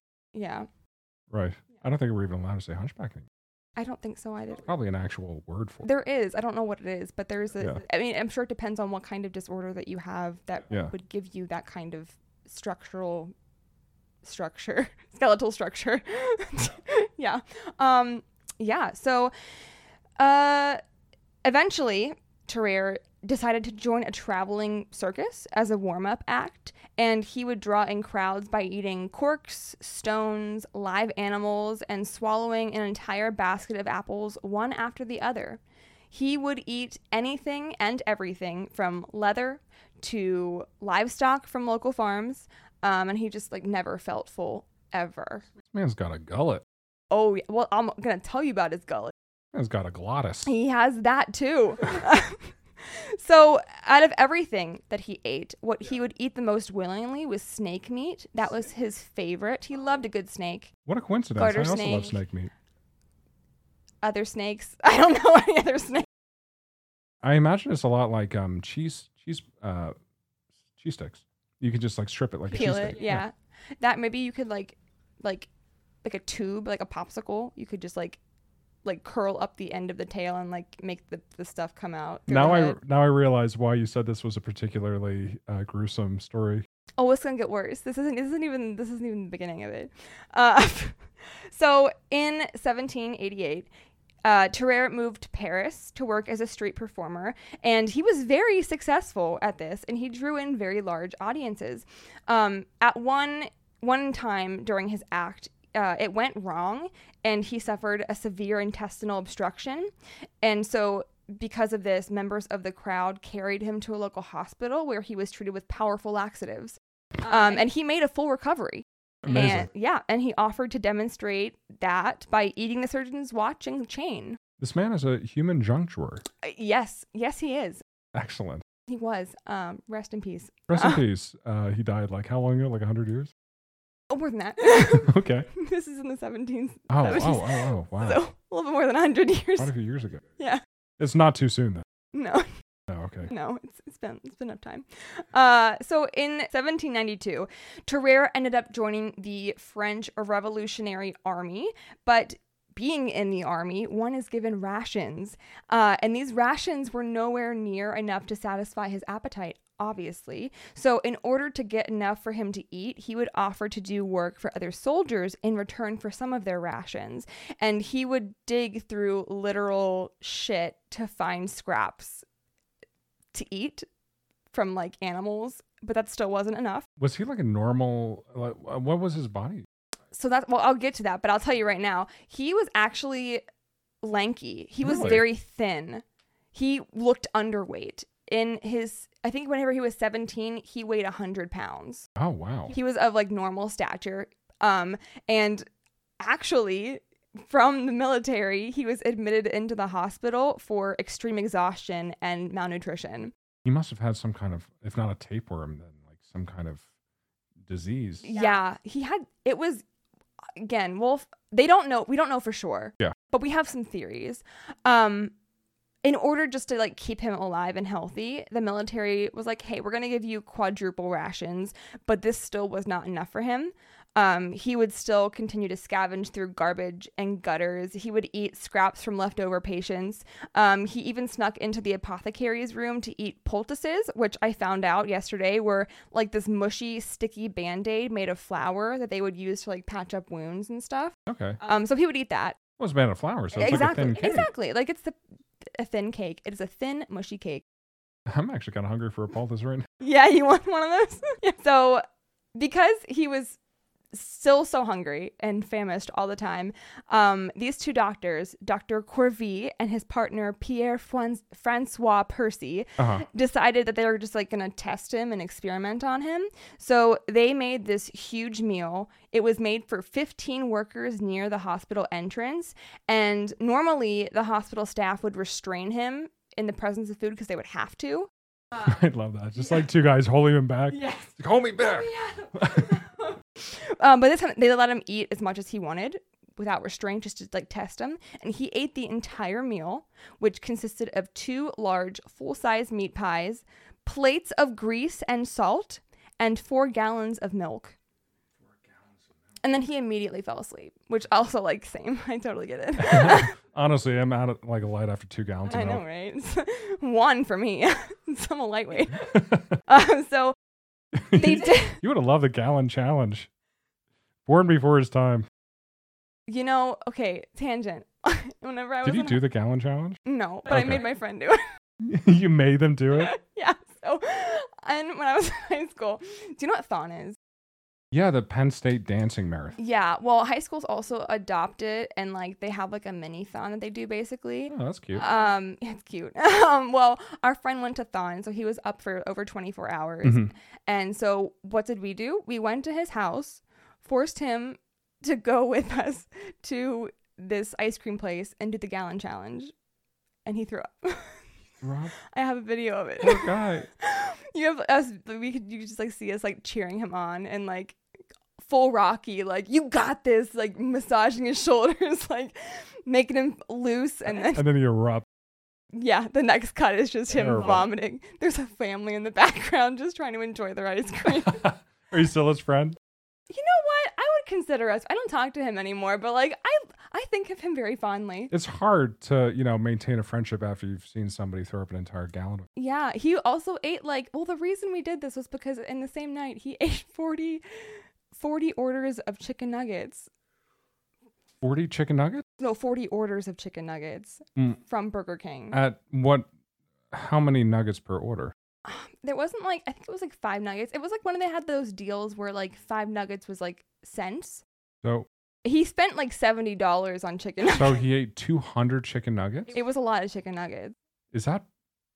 Speaker 2: Right. I don't think we're even allowed to say hunchback anymore.
Speaker 1: I don't think so either.
Speaker 2: Probably an actual word for it.
Speaker 1: There is. I don't know what it is, but there's a. I
Speaker 2: Yeah.
Speaker 1: mean, I'm sure it depends on what kind of disorder that you have that
Speaker 2: Yeah.
Speaker 1: would give you that kind of structural structure, skeletal structure. yeah. Um, yeah. So uh, eventually, Terrer decided to join a traveling circus as a warm up act, and he would draw in crowds by eating corks, stones, live animals, and swallowing an entire basket of apples one after the other. He would eat anything and everything from leather to livestock from local farms, um, and he just like never felt full ever.
Speaker 2: This man's got a gullet.
Speaker 1: Oh, yeah. well, I'm gonna tell you about his gullet.
Speaker 2: This man's got a glottis.
Speaker 1: He has that too. so, out of everything that he ate, what he would eat the most willingly was snake meat. That was his favorite. He loved a good snake.
Speaker 2: What a coincidence.
Speaker 1: Garter
Speaker 2: I also love
Speaker 1: snake.
Speaker 2: snake meat.
Speaker 1: Other snakes, I don't know any other snake.
Speaker 2: I imagine it's a lot like um cheese cheese uh cheese sticks. You can just like strip it like a
Speaker 1: Peel
Speaker 2: cheese
Speaker 1: it,
Speaker 2: stick.
Speaker 1: yeah. That maybe you could like, like, like a tube, like a popsicle. You could just like, like curl up the end of the tail and like make the, the stuff come out. through
Speaker 2: Now
Speaker 1: the
Speaker 2: I
Speaker 1: hood.
Speaker 2: now I realize why you said this was a particularly uh, gruesome story.
Speaker 1: oh it's gonna get worse this isn't this isn't even this isn't even the beginning of it uh, so in 1788 uh, Terrer moved to Paris to work as a street performer, and he was very successful at this, and he drew in very large audiences. Um, at one one time during his act, uh, it went wrong, and he suffered a severe intestinal obstruction, and so because of this, members of the crowd carried him to a local hospital where he was treated with powerful laxatives um, and he made a full recovery.
Speaker 2: Amazing.
Speaker 1: And, yeah, and he offered to demonstrate that by eating the surgeon's watch and chain.
Speaker 2: This man is a human juncturer.
Speaker 1: Uh, yes, yes, he is.
Speaker 2: Excellent.
Speaker 1: He was. Um, rest in peace.
Speaker 2: Rest in
Speaker 1: Uh.
Speaker 2: peace. Uh, he died like how long ago? Like hundred years?
Speaker 1: Oh, more than that.
Speaker 2: okay.
Speaker 1: this is in the 17th,
Speaker 2: Oh,
Speaker 1: That
Speaker 2: oh,
Speaker 1: was
Speaker 2: oh,
Speaker 1: just-
Speaker 2: oh, wow.
Speaker 1: so a little bit more than 100 years.
Speaker 2: Quite a few years ago.
Speaker 1: Yeah.
Speaker 2: It's not too soon then.
Speaker 1: No,
Speaker 2: Oh, okay.
Speaker 1: no, it's, it's been it's been enough time. Uh, so in 1792, Terrer ended up joining the French Revolutionary Army, but being in the army, one is given rations. Uh, and these rations were nowhere near enough to satisfy his appetite, obviously. So, in order to get enough for him to eat, he would offer to do work for other soldiers in return for some of their rations. And he would dig through literal shit to find scraps to eat from like animals, but that still wasn't enough.
Speaker 2: Was he like a normal? Like, uh, what was his body?
Speaker 1: so that's well i'll get to that but i'll tell you right now he was actually lanky he was
Speaker 2: Really?
Speaker 1: very thin he looked underweight in his i think whenever he was 17 he weighed 100 pounds
Speaker 2: Oh wow.
Speaker 1: he was of like normal stature um and actually from the military he was admitted into the hospital for extreme exhaustion and malnutrition
Speaker 2: He must have had some kind of, if not a tapeworm, then like some kind of disease.
Speaker 1: Yeah. he had it was again, Wolf they don't know we don't know for sure.
Speaker 2: Yeah.
Speaker 1: But we have some theories. Um in order just to like keep him alive and healthy, the military was like, "Hey, we're going to give you quadruple rations," but this still was not enough for him. Um, he would still continue to scavenge through garbage and gutters. He would eat scraps from leftover patients. Um, he even snuck into the apothecary's room to eat poultices, which I found out yesterday were like this mushy, sticky band aid made of flour that they would use to like patch up wounds and stuff.
Speaker 2: Okay. Well,
Speaker 1: Um, so he would eat that.
Speaker 2: it's made of flour, so it's
Speaker 1: E, exactly.
Speaker 2: like a thin cake.
Speaker 1: Exactly. Like it's the, a thin cake. It is a thin, mushy cake.
Speaker 2: I'm actually kind of hungry for a poultice right now.
Speaker 1: Yeah, you want one of those? Yeah. So, because he was still so hungry and famished all the time, um, these two doctors, Dr. Corvie and his partner Pierre Fran- Francois Percy,
Speaker 2: Uh-huh.
Speaker 1: decided that they were just like going to test him and experiment on him. So, they made this huge meal. It was made for 15 workers near the hospital entrance. And normally, the hospital staff would restrain him in the presence of food because they would have to.
Speaker 2: I love that. Just like two guys holding him back.
Speaker 1: Yes.
Speaker 2: Like, hold me back.
Speaker 1: Um, but this time they let him eat as much as he wanted without restraint, just to like test him. And he ate the entire meal, which consisted of two large full size meat pies, plates of grease and salt, and four gallons of milk. And then he immediately fell asleep, which also like same. I totally get it.
Speaker 2: Honestly, I'm out of like a light after two gallons of
Speaker 1: I know,
Speaker 2: milk.
Speaker 1: right? One for me. I'm a lightweight. um, so they did.
Speaker 2: You would have loved the gallon challenge. Born before his time.
Speaker 1: You know, okay, tangent. Whenever I was
Speaker 2: Did you
Speaker 1: in-
Speaker 2: do the gallon challenge?
Speaker 1: No, but I
Speaker 2: Okay.
Speaker 1: made my friend do it. Mm-hmm.
Speaker 2: you made them do it?
Speaker 1: yeah. So, and when I was in high school, do you know what Thon is?
Speaker 2: Yeah, the Penn State dancing marathon.
Speaker 1: Yeah. Well, high schools also adopt it, and like they have like a mini Thon that they do basically.
Speaker 2: Oh, that's cute.
Speaker 1: Um, yeah, it's cute. Um, well, our friend went to Thon, so he was up for over 24 hours.
Speaker 2: Mhm.
Speaker 1: And so, what did we do? We went to his house, forced him to go with us to this ice cream place and do the gallon challenge, and he threw up.
Speaker 2: Rob,
Speaker 1: I have a video of it.
Speaker 2: poor guy.
Speaker 1: you have us we could you could just like see us like cheering him on and like full rocky like you got this like massaging his shoulders like making him loose and then
Speaker 2: And then he erupts.
Speaker 1: yeah the next cut is just him
Speaker 2: Terrible.
Speaker 1: vomiting there's a family in the background just trying to enjoy their ice cream
Speaker 2: Are you still his friend?
Speaker 1: you know what i would consider us i don't talk to him anymore but like i i think of him very fondly
Speaker 2: It's hard to, you know, maintain a friendship after you've seen somebody throw up an entire gallon. of-
Speaker 1: yeah he also ate like well the reason we did this was because in the same night he ate 40 40 orders of chicken nuggets
Speaker 2: 40 chicken nuggets?
Speaker 1: no 40 orders of chicken nuggets
Speaker 2: Mm.
Speaker 1: from Burger King.
Speaker 2: At what, how many nuggets per order?
Speaker 1: there wasn't like I think it was like 5 nuggets. It was like when they had those deals where like 5 nuggets was like cents.
Speaker 2: So,
Speaker 1: He spent like $70 on chicken nuggets.
Speaker 2: so he ate 200 chicken nuggets?
Speaker 1: it was a lot of chicken nuggets.
Speaker 2: Is that,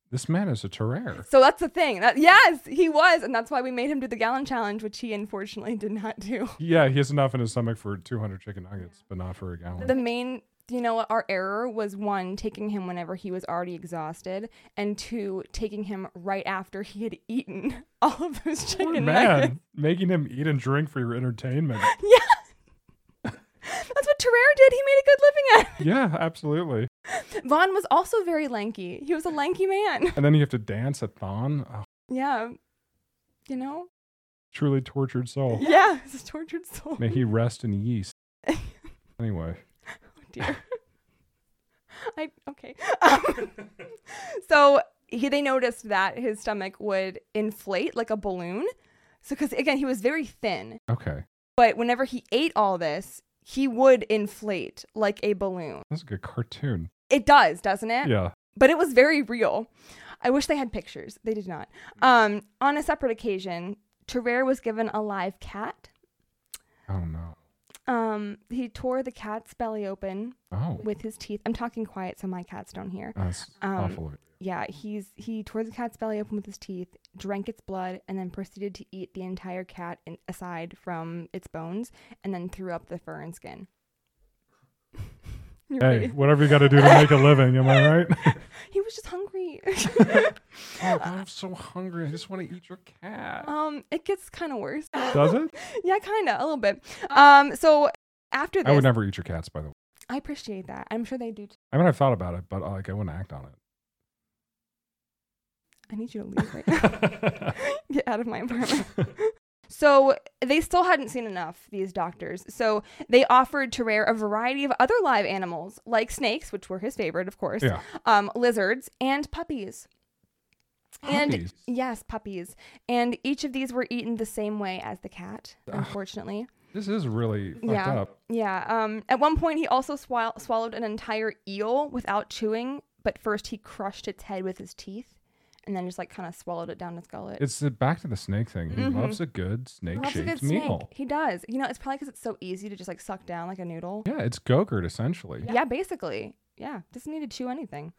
Speaker 2: this man is a terror.
Speaker 1: So that's the thing. That yes, he was and that's why we made him do the gallon challenge which he unfortunately did not do.
Speaker 2: Yeah, he has enough in his stomach for 200 chicken nuggets, but not for a gallon.
Speaker 1: The main you know what our error was one taking him whenever he was already exhausted and two taking him right after he had eaten all of those
Speaker 2: Poor
Speaker 1: chicken nuggets.
Speaker 2: man, making him eat and drink for your entertainment.
Speaker 1: Yeah. That's what Terreur did. He made a good living at
Speaker 2: yeah, absolutely.
Speaker 1: it. Vaughn was also very lanky. He was a lanky man.
Speaker 2: And then you have to dance at Thon. Oh,
Speaker 1: Yeah. You know?
Speaker 2: truly tortured soul.
Speaker 1: Yeah. It's a tortured soul.
Speaker 2: May he rest in yeast. Anyway,
Speaker 1: Oh, dear. I okay. Um, so he, they noticed that his stomach would inflate like a balloon. So because again, he was very thin,
Speaker 2: Okay.
Speaker 1: but whenever he ate all this, he would inflate like a balloon.
Speaker 2: That's a good cartoon.
Speaker 1: It does, doesn't it?
Speaker 2: Yeah.
Speaker 1: but it was very real. I wish they had pictures. They did not. Um, on a separate occasion, Terrer was given a live cat.
Speaker 2: Oh no.
Speaker 1: Um, he tore the cat's belly open
Speaker 2: Oh.
Speaker 1: with his teeth. I'm talking quiet so my cats don't hear.
Speaker 2: That's
Speaker 1: Um,
Speaker 2: awful. of you.
Speaker 1: Yeah, he's he tore the cat's belly open with his teeth, drank its blood, and then proceeded to eat the entire cat in, aside from its bones, and then threw up the fur and skin. You're
Speaker 2: Hey,
Speaker 1: right.
Speaker 2: whatever you got to do to make a living, am I right?
Speaker 1: He was just hungry.
Speaker 2: oh, I'm so hungry. I just want to eat your cat.
Speaker 1: um, it gets kind of worse.
Speaker 2: Does it?
Speaker 1: Yeah, kind of, a little bit. Um, so after
Speaker 2: I
Speaker 1: this,
Speaker 2: would never eat your cats, by the way.
Speaker 1: I appreciate that. I'm sure they do. Too.
Speaker 2: I mean, I've thought about it, but like, I wouldn't act on
Speaker 1: I need you to leave right now.
Speaker 2: it.
Speaker 1: Get out of my apartment. So they still hadn't seen enough, these doctors. So they offered Terrer a variety of other live animals, like snakes, which were his favorite, of course,
Speaker 2: yeah.
Speaker 1: um, lizards, and puppies. And
Speaker 2: Puppies.
Speaker 1: yes, puppies. And each of these were eaten the same way as the cat,
Speaker 2: Ugh.
Speaker 1: unfortunately.
Speaker 2: This is really fucked
Speaker 1: Yeah.
Speaker 2: up.
Speaker 1: Yeah. Um, at one point, he also swall- swallowed an entire eel without chewing, but first he crushed its head with his teeth and then just like kind of swallowed it down his gullet.
Speaker 2: It's the, back to the snake thing. He
Speaker 1: Mhm.
Speaker 2: loves a good snake
Speaker 1: Loves a good
Speaker 2: shaped
Speaker 1: snake.
Speaker 2: meal.
Speaker 1: He does. You know, it's probably because it's so easy to just like suck down like a noodle.
Speaker 2: Yeah, it's Gogurt essentially.
Speaker 1: Yeah, basically. Yeah, doesn't need to chew anything.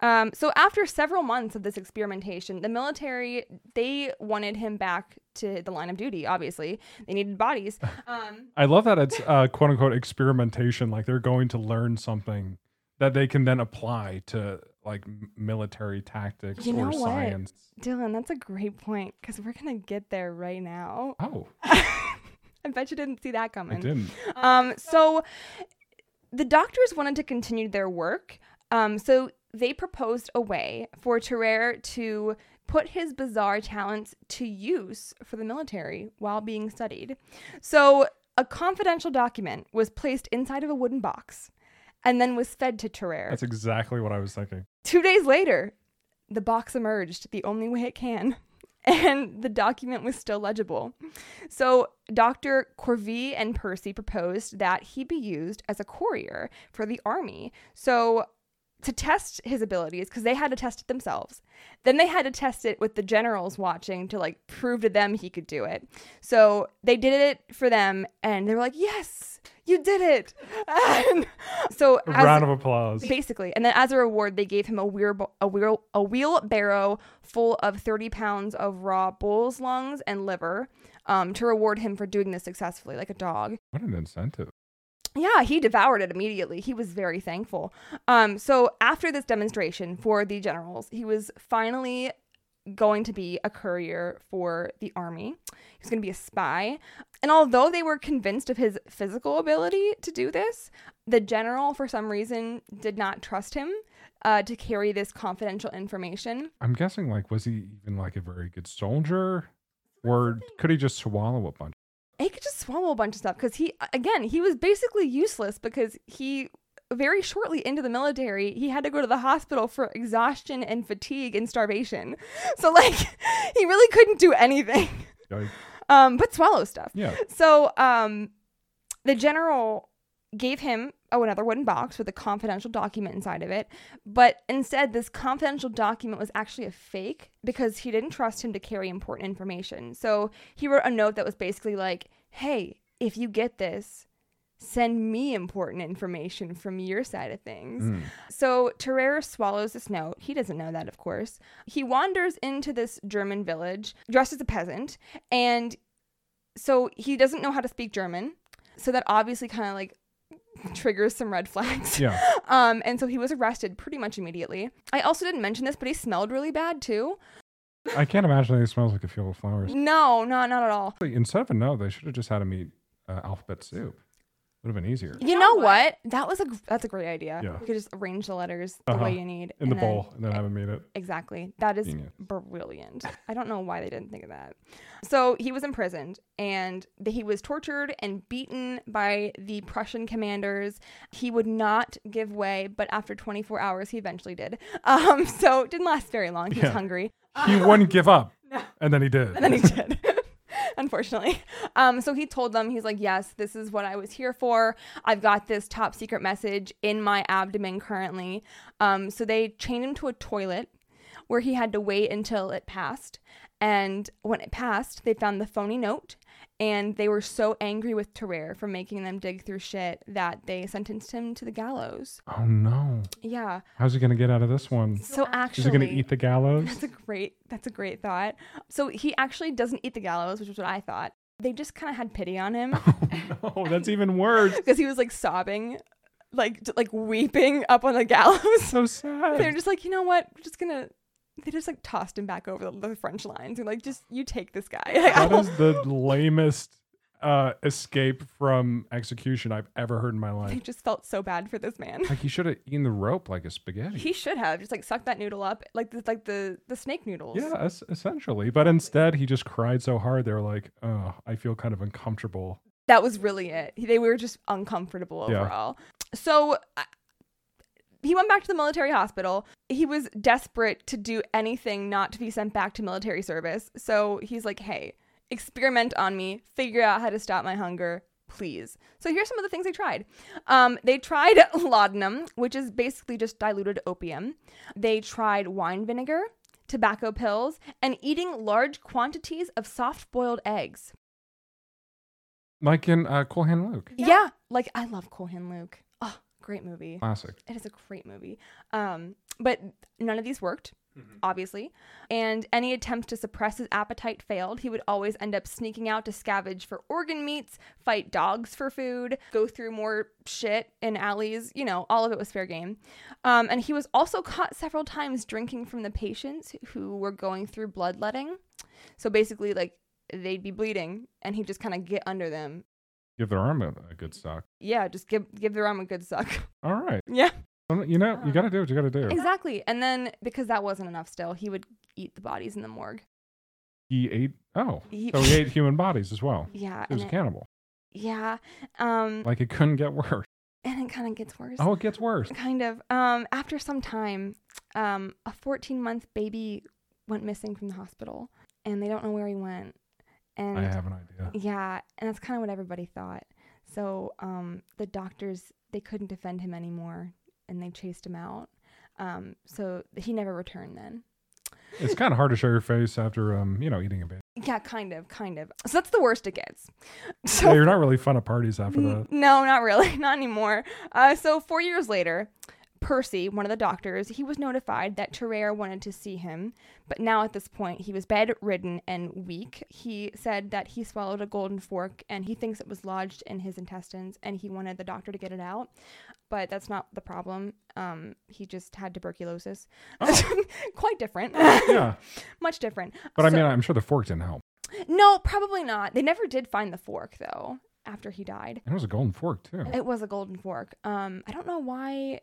Speaker 1: Um, so after several months of this experimentation, the military they wanted him back to the line of duty. Obviously, they needed bodies. Um,
Speaker 2: I love that it's uh, quote unquote experimentation. Like they're going to learn something that they can then apply to like m- military tactics
Speaker 1: You know
Speaker 2: or
Speaker 1: what?
Speaker 2: science.
Speaker 1: Dylan, that's a great point because we're gonna get there right now.
Speaker 2: Oh,
Speaker 1: I bet you didn't see that
Speaker 2: I
Speaker 1: coming.
Speaker 2: didn't.
Speaker 1: Um, so the doctors wanted to continue their work. Um, so they proposed a way for Terrer to put his bizarre talents to use for the military while being studied. So a confidential document was placed inside of a wooden box and then was fed to Terrer.
Speaker 2: That's exactly what I was thinking.
Speaker 1: Two days later, the box emerged the only way it can, and the document was still legible. So, Dr. Corvie and Percy proposed that he be used as a courier for the army. So, to test his abilities, because they had to test it themselves. Then they had to test it with the generals watching to like prove to them he could do it. So they did it for them and they were like, yes, you did it. And so,
Speaker 2: A
Speaker 1: as-
Speaker 2: round of applause.
Speaker 1: Basically, and then as a reward, they gave him a wheel a wheel a wheelbarrow full of thirty pounds of raw bull's lungs and liver, um, to reward him for doing this successfully, like a dog.
Speaker 2: What an incentive.
Speaker 1: Yeah, he devoured it immediately. He was very thankful. Um, so after this demonstration for the generals, he was finally going to be a courier for the army. He was going to be a spy. And although they were convinced of his physical ability to do this, the general, for some reason, did not trust him uh, to carry this confidential information.
Speaker 2: I'm guessing like was he even like a very good soldier, or could he just swallow a bunch?
Speaker 1: he could just swallow a bunch of stuff because he again he was basically useless because he very shortly into the military he had to go to the hospital for exhaustion and fatigue and starvation so like he really couldn't do anything
Speaker 2: Like,
Speaker 1: um but swallow stuff
Speaker 2: yeah,
Speaker 1: so um the general gave him oh another wooden box with a confidential document inside of it but instead this confidential document was actually a fake because he didn't trust him to carry important information so he wrote a note that was basically like hey if you get this send me important information from your side of things
Speaker 2: Mm.
Speaker 1: so Terrer swallows this note. He doesn't know that, of course. He wanders into this German village dressed as a peasant, and so he doesn't know how to speak German. So that obviously kind of like triggers some red flags.
Speaker 2: yeah.
Speaker 1: Um, and so he was arrested pretty much immediately. I also didn't mention this, but he smelled really bad too.
Speaker 2: I can't imagine that he smells like a field of flowers.
Speaker 1: No, no, not at all.
Speaker 2: Actually, Instead of a no, they should have just had him eat uh, alphabet soup. Would have been easier.
Speaker 1: You know what? That was a gr- that's a great idea.
Speaker 2: Yeah.
Speaker 1: You could just arrange the letters the
Speaker 2: Uh-huh.
Speaker 1: way you need
Speaker 2: In
Speaker 1: and
Speaker 2: the
Speaker 1: then-
Speaker 2: bowl, and then have him eat it.
Speaker 1: Exactly. That is
Speaker 2: Genius.
Speaker 1: brilliant. I don't know why they didn't think of that. So he was imprisoned and th- he was tortured and beaten by the Prussian commanders. He would not give way, but after 24 hours, he eventually did. Um, so it didn't last very long. He was
Speaker 2: Yeah.
Speaker 1: hungry.
Speaker 2: He wouldn't give up, and then he did.
Speaker 1: And then he did. Unfortunately. Um, so he told them, he's like, Yes, this is what I was here for. I've got this top secret message in my abdomen currently. Um, so they chained him to a toilet where he had to wait until it passed. And when it passed, they found the phony note. And they were so angry with Terrer for making them dig through shit that they sentenced him to the gallows.
Speaker 2: oh no!
Speaker 1: Yeah.
Speaker 2: How's he gonna get out of this one?
Speaker 1: So actually,
Speaker 2: Is he gonna eat the gallows?
Speaker 1: that's a great that's a great thought. So he actually doesn't eat the gallows, which is what I thought. They just kind of had pity on him
Speaker 2: no, Oh, that's even worse.
Speaker 1: because he was like sobbing, like d- like weeping up on the gallows.
Speaker 2: So
Speaker 1: They're
Speaker 2: sad.
Speaker 1: just like, you know what? We're just gonna. They just like tossed him back over the, the French lines and like, just you take this guy. Like,
Speaker 2: That is the lamest uh, escape from execution I've ever heard in my
Speaker 1: I
Speaker 2: life.
Speaker 1: just felt so bad for this man.
Speaker 2: Like he should have eaten the rope like a spaghetti.
Speaker 1: He should have just like sucked that noodle up, like the, like the the snake noodles.
Speaker 2: yeah, es- essentially. But instead, he just cried so hard. They were like, "Oh, I feel kind of uncomfortable."
Speaker 1: that was really it. He- They were just uncomfortable
Speaker 2: Yeah.
Speaker 1: overall. So I- he went back to the military hospital. He was desperate to do anything not to be sent back to military service. So he's like, hey, experiment on me, figure out how to stop my hunger. Please. So here's some of the things they tried. Um, they tried laudanum, which is basically just diluted opium. They tried wine vinegar, tobacco pills, and eating large quantities of soft boiled eggs.
Speaker 2: Like in uh, Cool Hand Luke,
Speaker 1: Yeah. Like I love Cohen Luke. Oh, great movie.
Speaker 2: classic.
Speaker 1: It is a great movie. Um, but none of these worked, obviously. And any attempt to suppress his appetite failed. He would always end up sneaking out to scavenge for organ meats, fight dogs for food, go through more shit in alleys. You know, all of it was fair game. Um, and he was also caught several times drinking from the patients who were going through bloodletting. So basically, like, they'd be bleeding and he'd just kind of get under them.
Speaker 2: Give their arm a, a good sock.
Speaker 1: Yeah, just give give their arm a good suck.
Speaker 2: All right.
Speaker 1: Yeah.
Speaker 2: Well, You
Speaker 1: Uh,
Speaker 2: know, you got to do what you got to do.
Speaker 1: Exactly. And then because that wasn't enough still, he would eat the bodies in the morgue.
Speaker 2: He ate. Oh,
Speaker 1: He-
Speaker 2: so he ate human bodies as well.
Speaker 1: Yeah.
Speaker 2: He was a
Speaker 1: and it-
Speaker 2: cannibal.
Speaker 1: yeah. Um
Speaker 2: Like it couldn't get worse.
Speaker 1: and it kind of gets worse.
Speaker 2: Oh, it gets worse.
Speaker 1: Kind of. Um after some time, um a 14-month baby went missing from the hospital and they don't know where he went. And
Speaker 2: I have an idea.
Speaker 1: yeah, and that's kind of what everybody thought. So, um the doctors they couldn't defend him anymore and they chased him out. Um so he never returned then.
Speaker 2: It's kind of hard to show your face after, um, you know, eating a baby.
Speaker 1: Yeah, kind of, kind of. So that's the worst it gets. So
Speaker 2: Yeah, you're not really fun at parties after that.
Speaker 1: N- No, not really, not anymore. Uh, so four years later, Percy, one of the doctors, he was notified that Terrere wanted to see him, but now at this point he was bedridden and weak. He said that he swallowed a golden fork and he thinks it was lodged in his intestines, and he wanted the doctor to get it out, but that's not the problem. Um, he just had tuberculosis, quite different,
Speaker 2: Yeah,
Speaker 1: much different.
Speaker 2: but I
Speaker 1: So-
Speaker 2: mean, I'm sure the fork didn't help.
Speaker 1: no, probably not. They never did find the fork though after he died.
Speaker 2: And it was a golden fork too.
Speaker 1: It was a golden fork. Um, I don't know why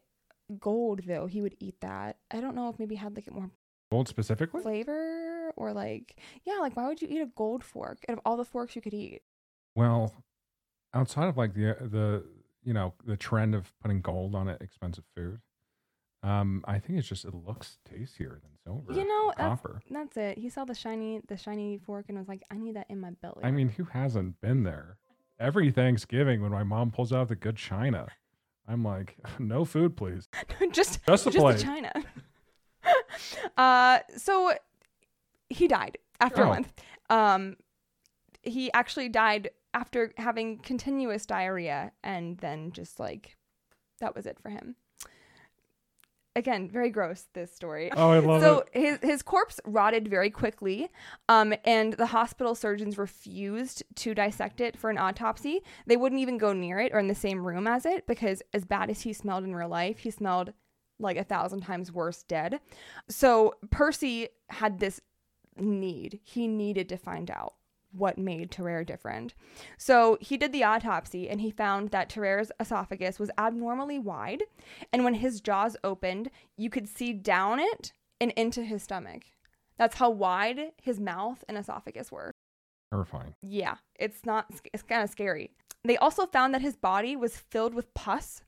Speaker 1: gold though. He would eat that. I don't know if maybe it had like more
Speaker 2: Gold specifically.
Speaker 1: flavor or like yeah, like why would you eat a gold fork out of all the forks you could eat?
Speaker 2: Well, outside of like the uh, the you know the trend of putting gold on it, expensive food. Um, I think it's just it looks tastier than silver.
Speaker 1: You know,
Speaker 2: and
Speaker 1: that's-
Speaker 2: copper.
Speaker 1: That's it. He saw the shiny the shiny fork and was like, I need that in my belly.
Speaker 2: I mean, who hasn't been there? Every Thanksgiving, when my mom pulls out the good china, I'm like, no food, please.
Speaker 1: just
Speaker 2: Just a
Speaker 1: just the
Speaker 2: plate.
Speaker 1: China. uh, so he died after a
Speaker 2: Oh.
Speaker 1: month. Um, he actually died after having continuous diarrhea, and then just like that was it for him. Again, very gross. This story.
Speaker 2: oh, I love
Speaker 1: So
Speaker 2: it.
Speaker 1: his, his corpse rotted very quickly, um, and the hospital surgeons refused to dissect it for an autopsy. They wouldn't even go near it or in the same room as it because, as bad as he smelled in real life, he smelled like a thousand times worse dead. So Percy had this need. He needed to find out what made Terrer different. So he did the autopsy and he found that Terrer's esophagus was abnormally wide. And when his jaws opened, you could see down it and into his stomach. That's how wide his mouth and esophagus were.
Speaker 2: Terrifying.
Speaker 1: Yeah, it's not, it's kind of scary. They also found that his body was filled with pus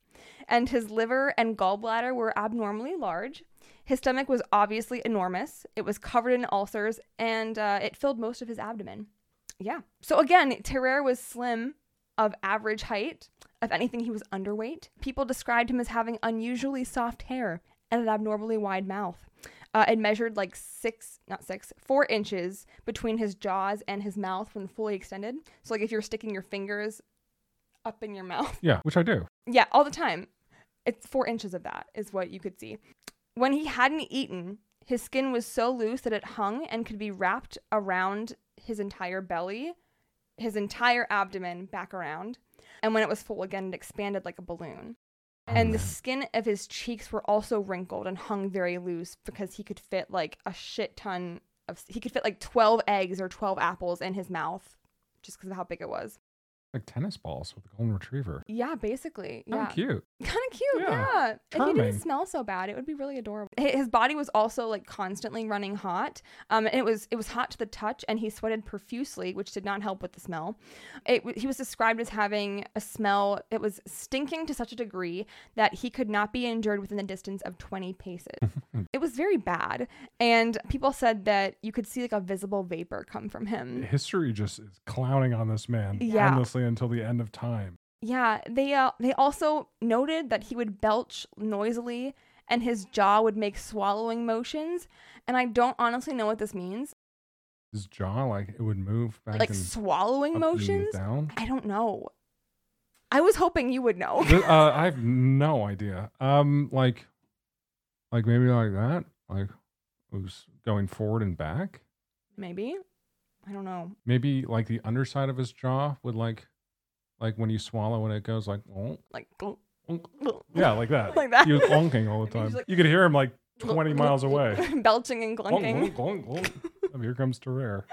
Speaker 1: and his liver and gallbladder were abnormally large. His stomach was obviously enormous. It was covered in ulcers and uh, it filled most of his abdomen. Yeah. So again, Terrer was slim, of average height. If anything, he was underweight. People described him as having unusually soft hair and an abnormally wide mouth. Uh, it measured like six, not six, four inches between his jaws and his mouth when fully extended. So, like, if you're sticking your fingers up in your mouth,
Speaker 2: Yeah, which I do.
Speaker 1: yeah, all the time. It's four inches of that is what you could see. When he hadn't eaten, his skin was so loose that it hung and could be wrapped around his entire belly, his entire abdomen back around. And when it was full again, it expanded like a balloon.
Speaker 2: Oh,
Speaker 1: And the skin of his cheeks were also wrinkled and hung very loose because he could fit like a shit ton of, he could fit like 12 eggs or 12 apples in his mouth just because of how big it was.
Speaker 2: Like tennis balls with a golden retriever.
Speaker 1: Yeah, basically.
Speaker 2: How
Speaker 1: Yeah
Speaker 2: cute.
Speaker 1: kind of cute
Speaker 2: Yeah.
Speaker 1: yeah, if he
Speaker 2: Charming.
Speaker 1: didn't smell so bad it would be really adorable Hi- his body was also like constantly running hot um and it was it was hot to the touch and he sweated profusely which did not help with the smell it, w- he was described as having a smell it was stinking to such a degree that he could not be endured within the distance of 20 paces it was very bad and people said that you could see like a visible vapor come from him
Speaker 2: History just is clowning on this man
Speaker 1: Yeah.
Speaker 2: endlessly until the end of time.
Speaker 1: Yeah, they uh, they also noted that he would belch noisily and his jaw would make swallowing motions, and I don't honestly know what this means.
Speaker 2: His jaw, like it would move back
Speaker 1: like
Speaker 2: and
Speaker 1: swallowing
Speaker 2: up and
Speaker 1: motions?
Speaker 2: down.
Speaker 1: I don't know. I was hoping you would know.
Speaker 2: Th- uh, I have no idea. Um, like, like maybe like that. Like, it was going forward and back.
Speaker 1: Maybe. I don't know.
Speaker 2: Maybe like the underside of his jaw would like, like when you swallow and it goes like, oh,
Speaker 1: Like
Speaker 2: Onk. yeah, like that.
Speaker 1: Like that.
Speaker 2: He was onking all the
Speaker 1: He was
Speaker 2: time.
Speaker 1: like-
Speaker 2: you could hear him like twenty miles away.
Speaker 1: Belching and
Speaker 2: Onk,
Speaker 1: glunking.
Speaker 2: onk, onk, onk. Oh, Here comes Terrare.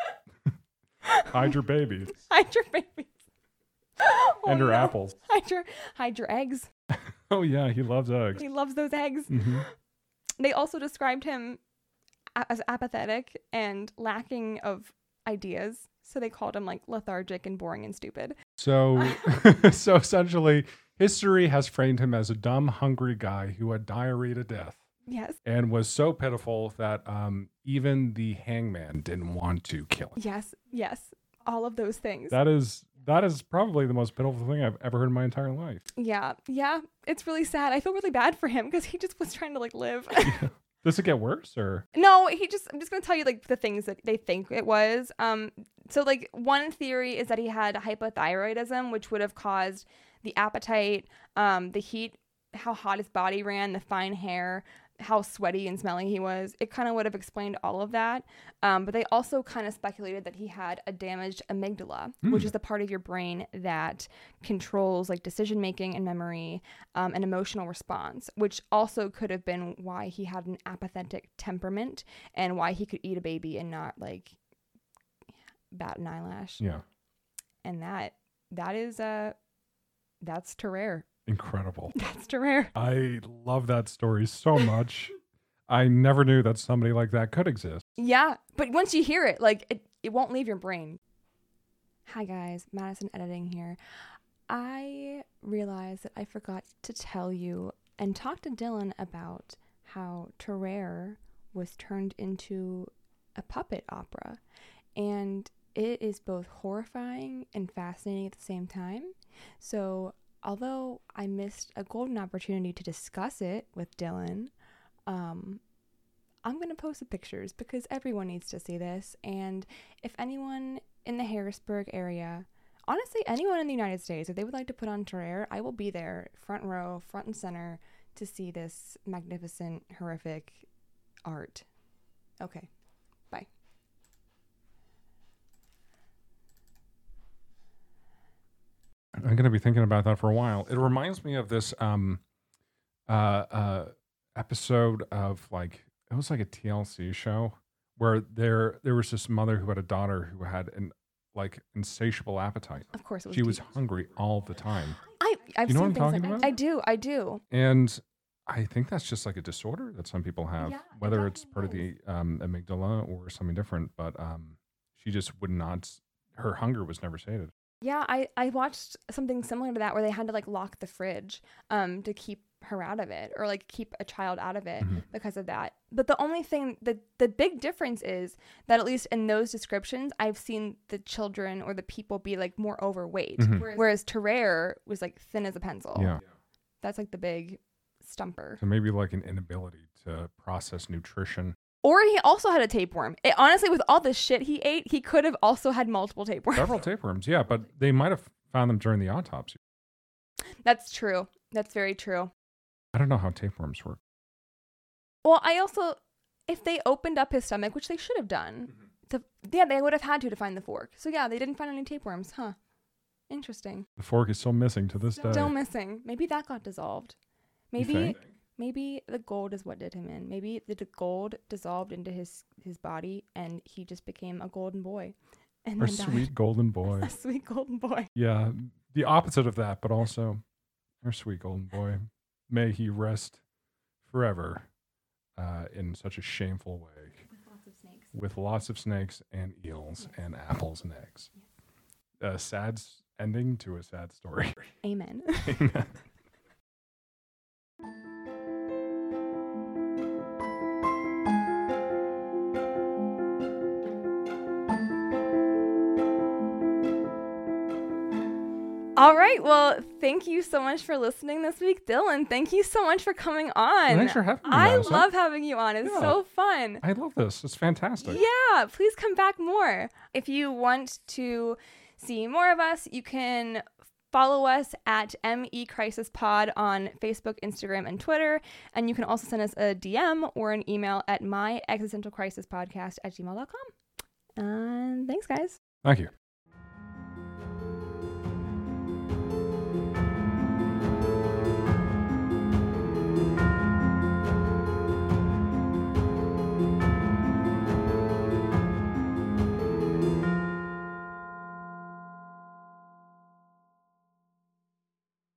Speaker 2: Hide your babies
Speaker 1: Hide your babies. Oh,
Speaker 2: and your
Speaker 1: no.
Speaker 2: apples.
Speaker 1: Hide your hide your eggs.
Speaker 2: Oh yeah, he loves eggs.
Speaker 1: He loves those eggs.
Speaker 2: hmm
Speaker 1: they also described him a- as apathetic and lacking of ideas so they called him like lethargic and boring and stupid
Speaker 2: So, so essentially, history has framed him as a dumb, hungry guy who had diarrhea to death
Speaker 1: yes
Speaker 2: and was so pitiful that um, even the hangman didn't want to kill him.
Speaker 1: yes yes all of those things
Speaker 2: That is that is probably the most pitiful thing I've ever heard in my entire life.
Speaker 1: yeah yeah it's really sad i feel really bad for him because he just was trying to like live
Speaker 2: Does it get worse or
Speaker 1: No, he just I'm just gonna tell you like the things that they think it was. Um so like one theory is that he had hypothyroidism, which would have caused the appetite, um, the heat, how hot his body ran, the fine hair, how sweaty and smelly he was. It kind of would have explained all of that. Um, but they also kind of speculated that he had a damaged amygdala, which is the part of your brain that controls like decision making and memory um, and emotional response, which also could have been why he had an apathetic temperament and why he could eat a baby and not like bat an eyelash.
Speaker 2: yeah,
Speaker 1: And that that is uh that's Terrer.
Speaker 2: incredible.
Speaker 1: That's Terrer.
Speaker 2: I love that story so much. I never knew that somebody like that could exist.
Speaker 1: Yeah, but once you hear it, like it, it won't leave your brain. Hi guys, Madison editing here. I realized that I forgot to tell you and talk to Dylan about how Terrere was turned into a puppet opera. And it is both horrifying and fascinating at the same time. So, although I missed a golden opportunity to discuss it with Dylan, um, I'm going to post the pictures because everyone needs to see this. And if anyone in the Harrisburg area, honestly, anyone in the United States, if they would like to put on Terror, I will be there, front row, front and center, to see this magnificent, horrific art. Okay. Bye.
Speaker 2: I'm gonna be thinking about that for a while. It reminds me of this um uh uh episode of like it was like a TLC show where there there was this mother who had a daughter who had an like insatiable appetite.
Speaker 1: Of course, it was
Speaker 2: She was
Speaker 1: deep.
Speaker 2: hungry all the time.
Speaker 1: I I've
Speaker 2: You
Speaker 1: seen
Speaker 2: know what I'm
Speaker 1: things
Speaker 2: talking
Speaker 1: like
Speaker 2: about?
Speaker 1: that. I do. I do.
Speaker 2: And I think that's just like a disorder that some people have,
Speaker 1: Yeah, it
Speaker 2: whether it's part of
Speaker 1: definitely
Speaker 2: the um, amygdala or something different. But um, she just would not, her hunger was never sated.
Speaker 1: Yeah, I I watched something similar to that where they had to like lock the fridge um to keep her out of it or like keep a child out of it
Speaker 2: Mhm.
Speaker 1: because of that. But the only thing the the big difference is that at least in those descriptions I've seen the children or the people be like more overweight
Speaker 2: Mhm.
Speaker 1: whereas Terrer was like thin as a pencil.
Speaker 2: Yeah.
Speaker 1: That's like the big stumper.
Speaker 2: So maybe like an inability to process nutrition.
Speaker 1: Or he also had a tapeworm. It, honestly with all the shit he ate, he could have also had multiple tapeworms.
Speaker 2: Several tapeworms, yeah, but they might have found them during the autopsy.
Speaker 1: That's true. That's very true.
Speaker 2: I don't know how tapeworms work.
Speaker 1: Well, I also, if they opened up his stomach, which they should have done, to, yeah, they would have had to to find the fork. So yeah, they didn't find any tapeworms, huh? Interesting.
Speaker 2: The fork is still missing to this day.
Speaker 1: Still missing. Maybe that got dissolved.
Speaker 2: You
Speaker 1: Maybe
Speaker 2: think?
Speaker 1: maybe the gold is what did him in. Maybe the d- gold dissolved into his his body, and he just became a golden boy, and
Speaker 2: Our
Speaker 1: then died.
Speaker 2: sweet golden boy.
Speaker 1: a sweet golden boy.
Speaker 2: Yeah, the opposite of that, but also our sweet golden boy. May he rest forever uh, in such a shameful way with lots of snakes and eels and apples and eggs. A sad s- ending to a sad story.
Speaker 1: Amen. All right. Well, thank you so much for listening this week, Dylan. Thank you so much for coming on.
Speaker 2: Thanks for having me,
Speaker 1: I
Speaker 2: Madison.
Speaker 1: love having you on. It's
Speaker 2: Yeah.
Speaker 1: so fun.
Speaker 2: I love this. It's fantastic.
Speaker 1: Yeah, please come back more. If you want to see more of us, you can follow us at ME Crisis Pod on Facebook, Instagram, and Twitter. And you can also send us a DM or an email at my existential crisis podcast at gmail.com. And thanks, guys.
Speaker 2: Thank you.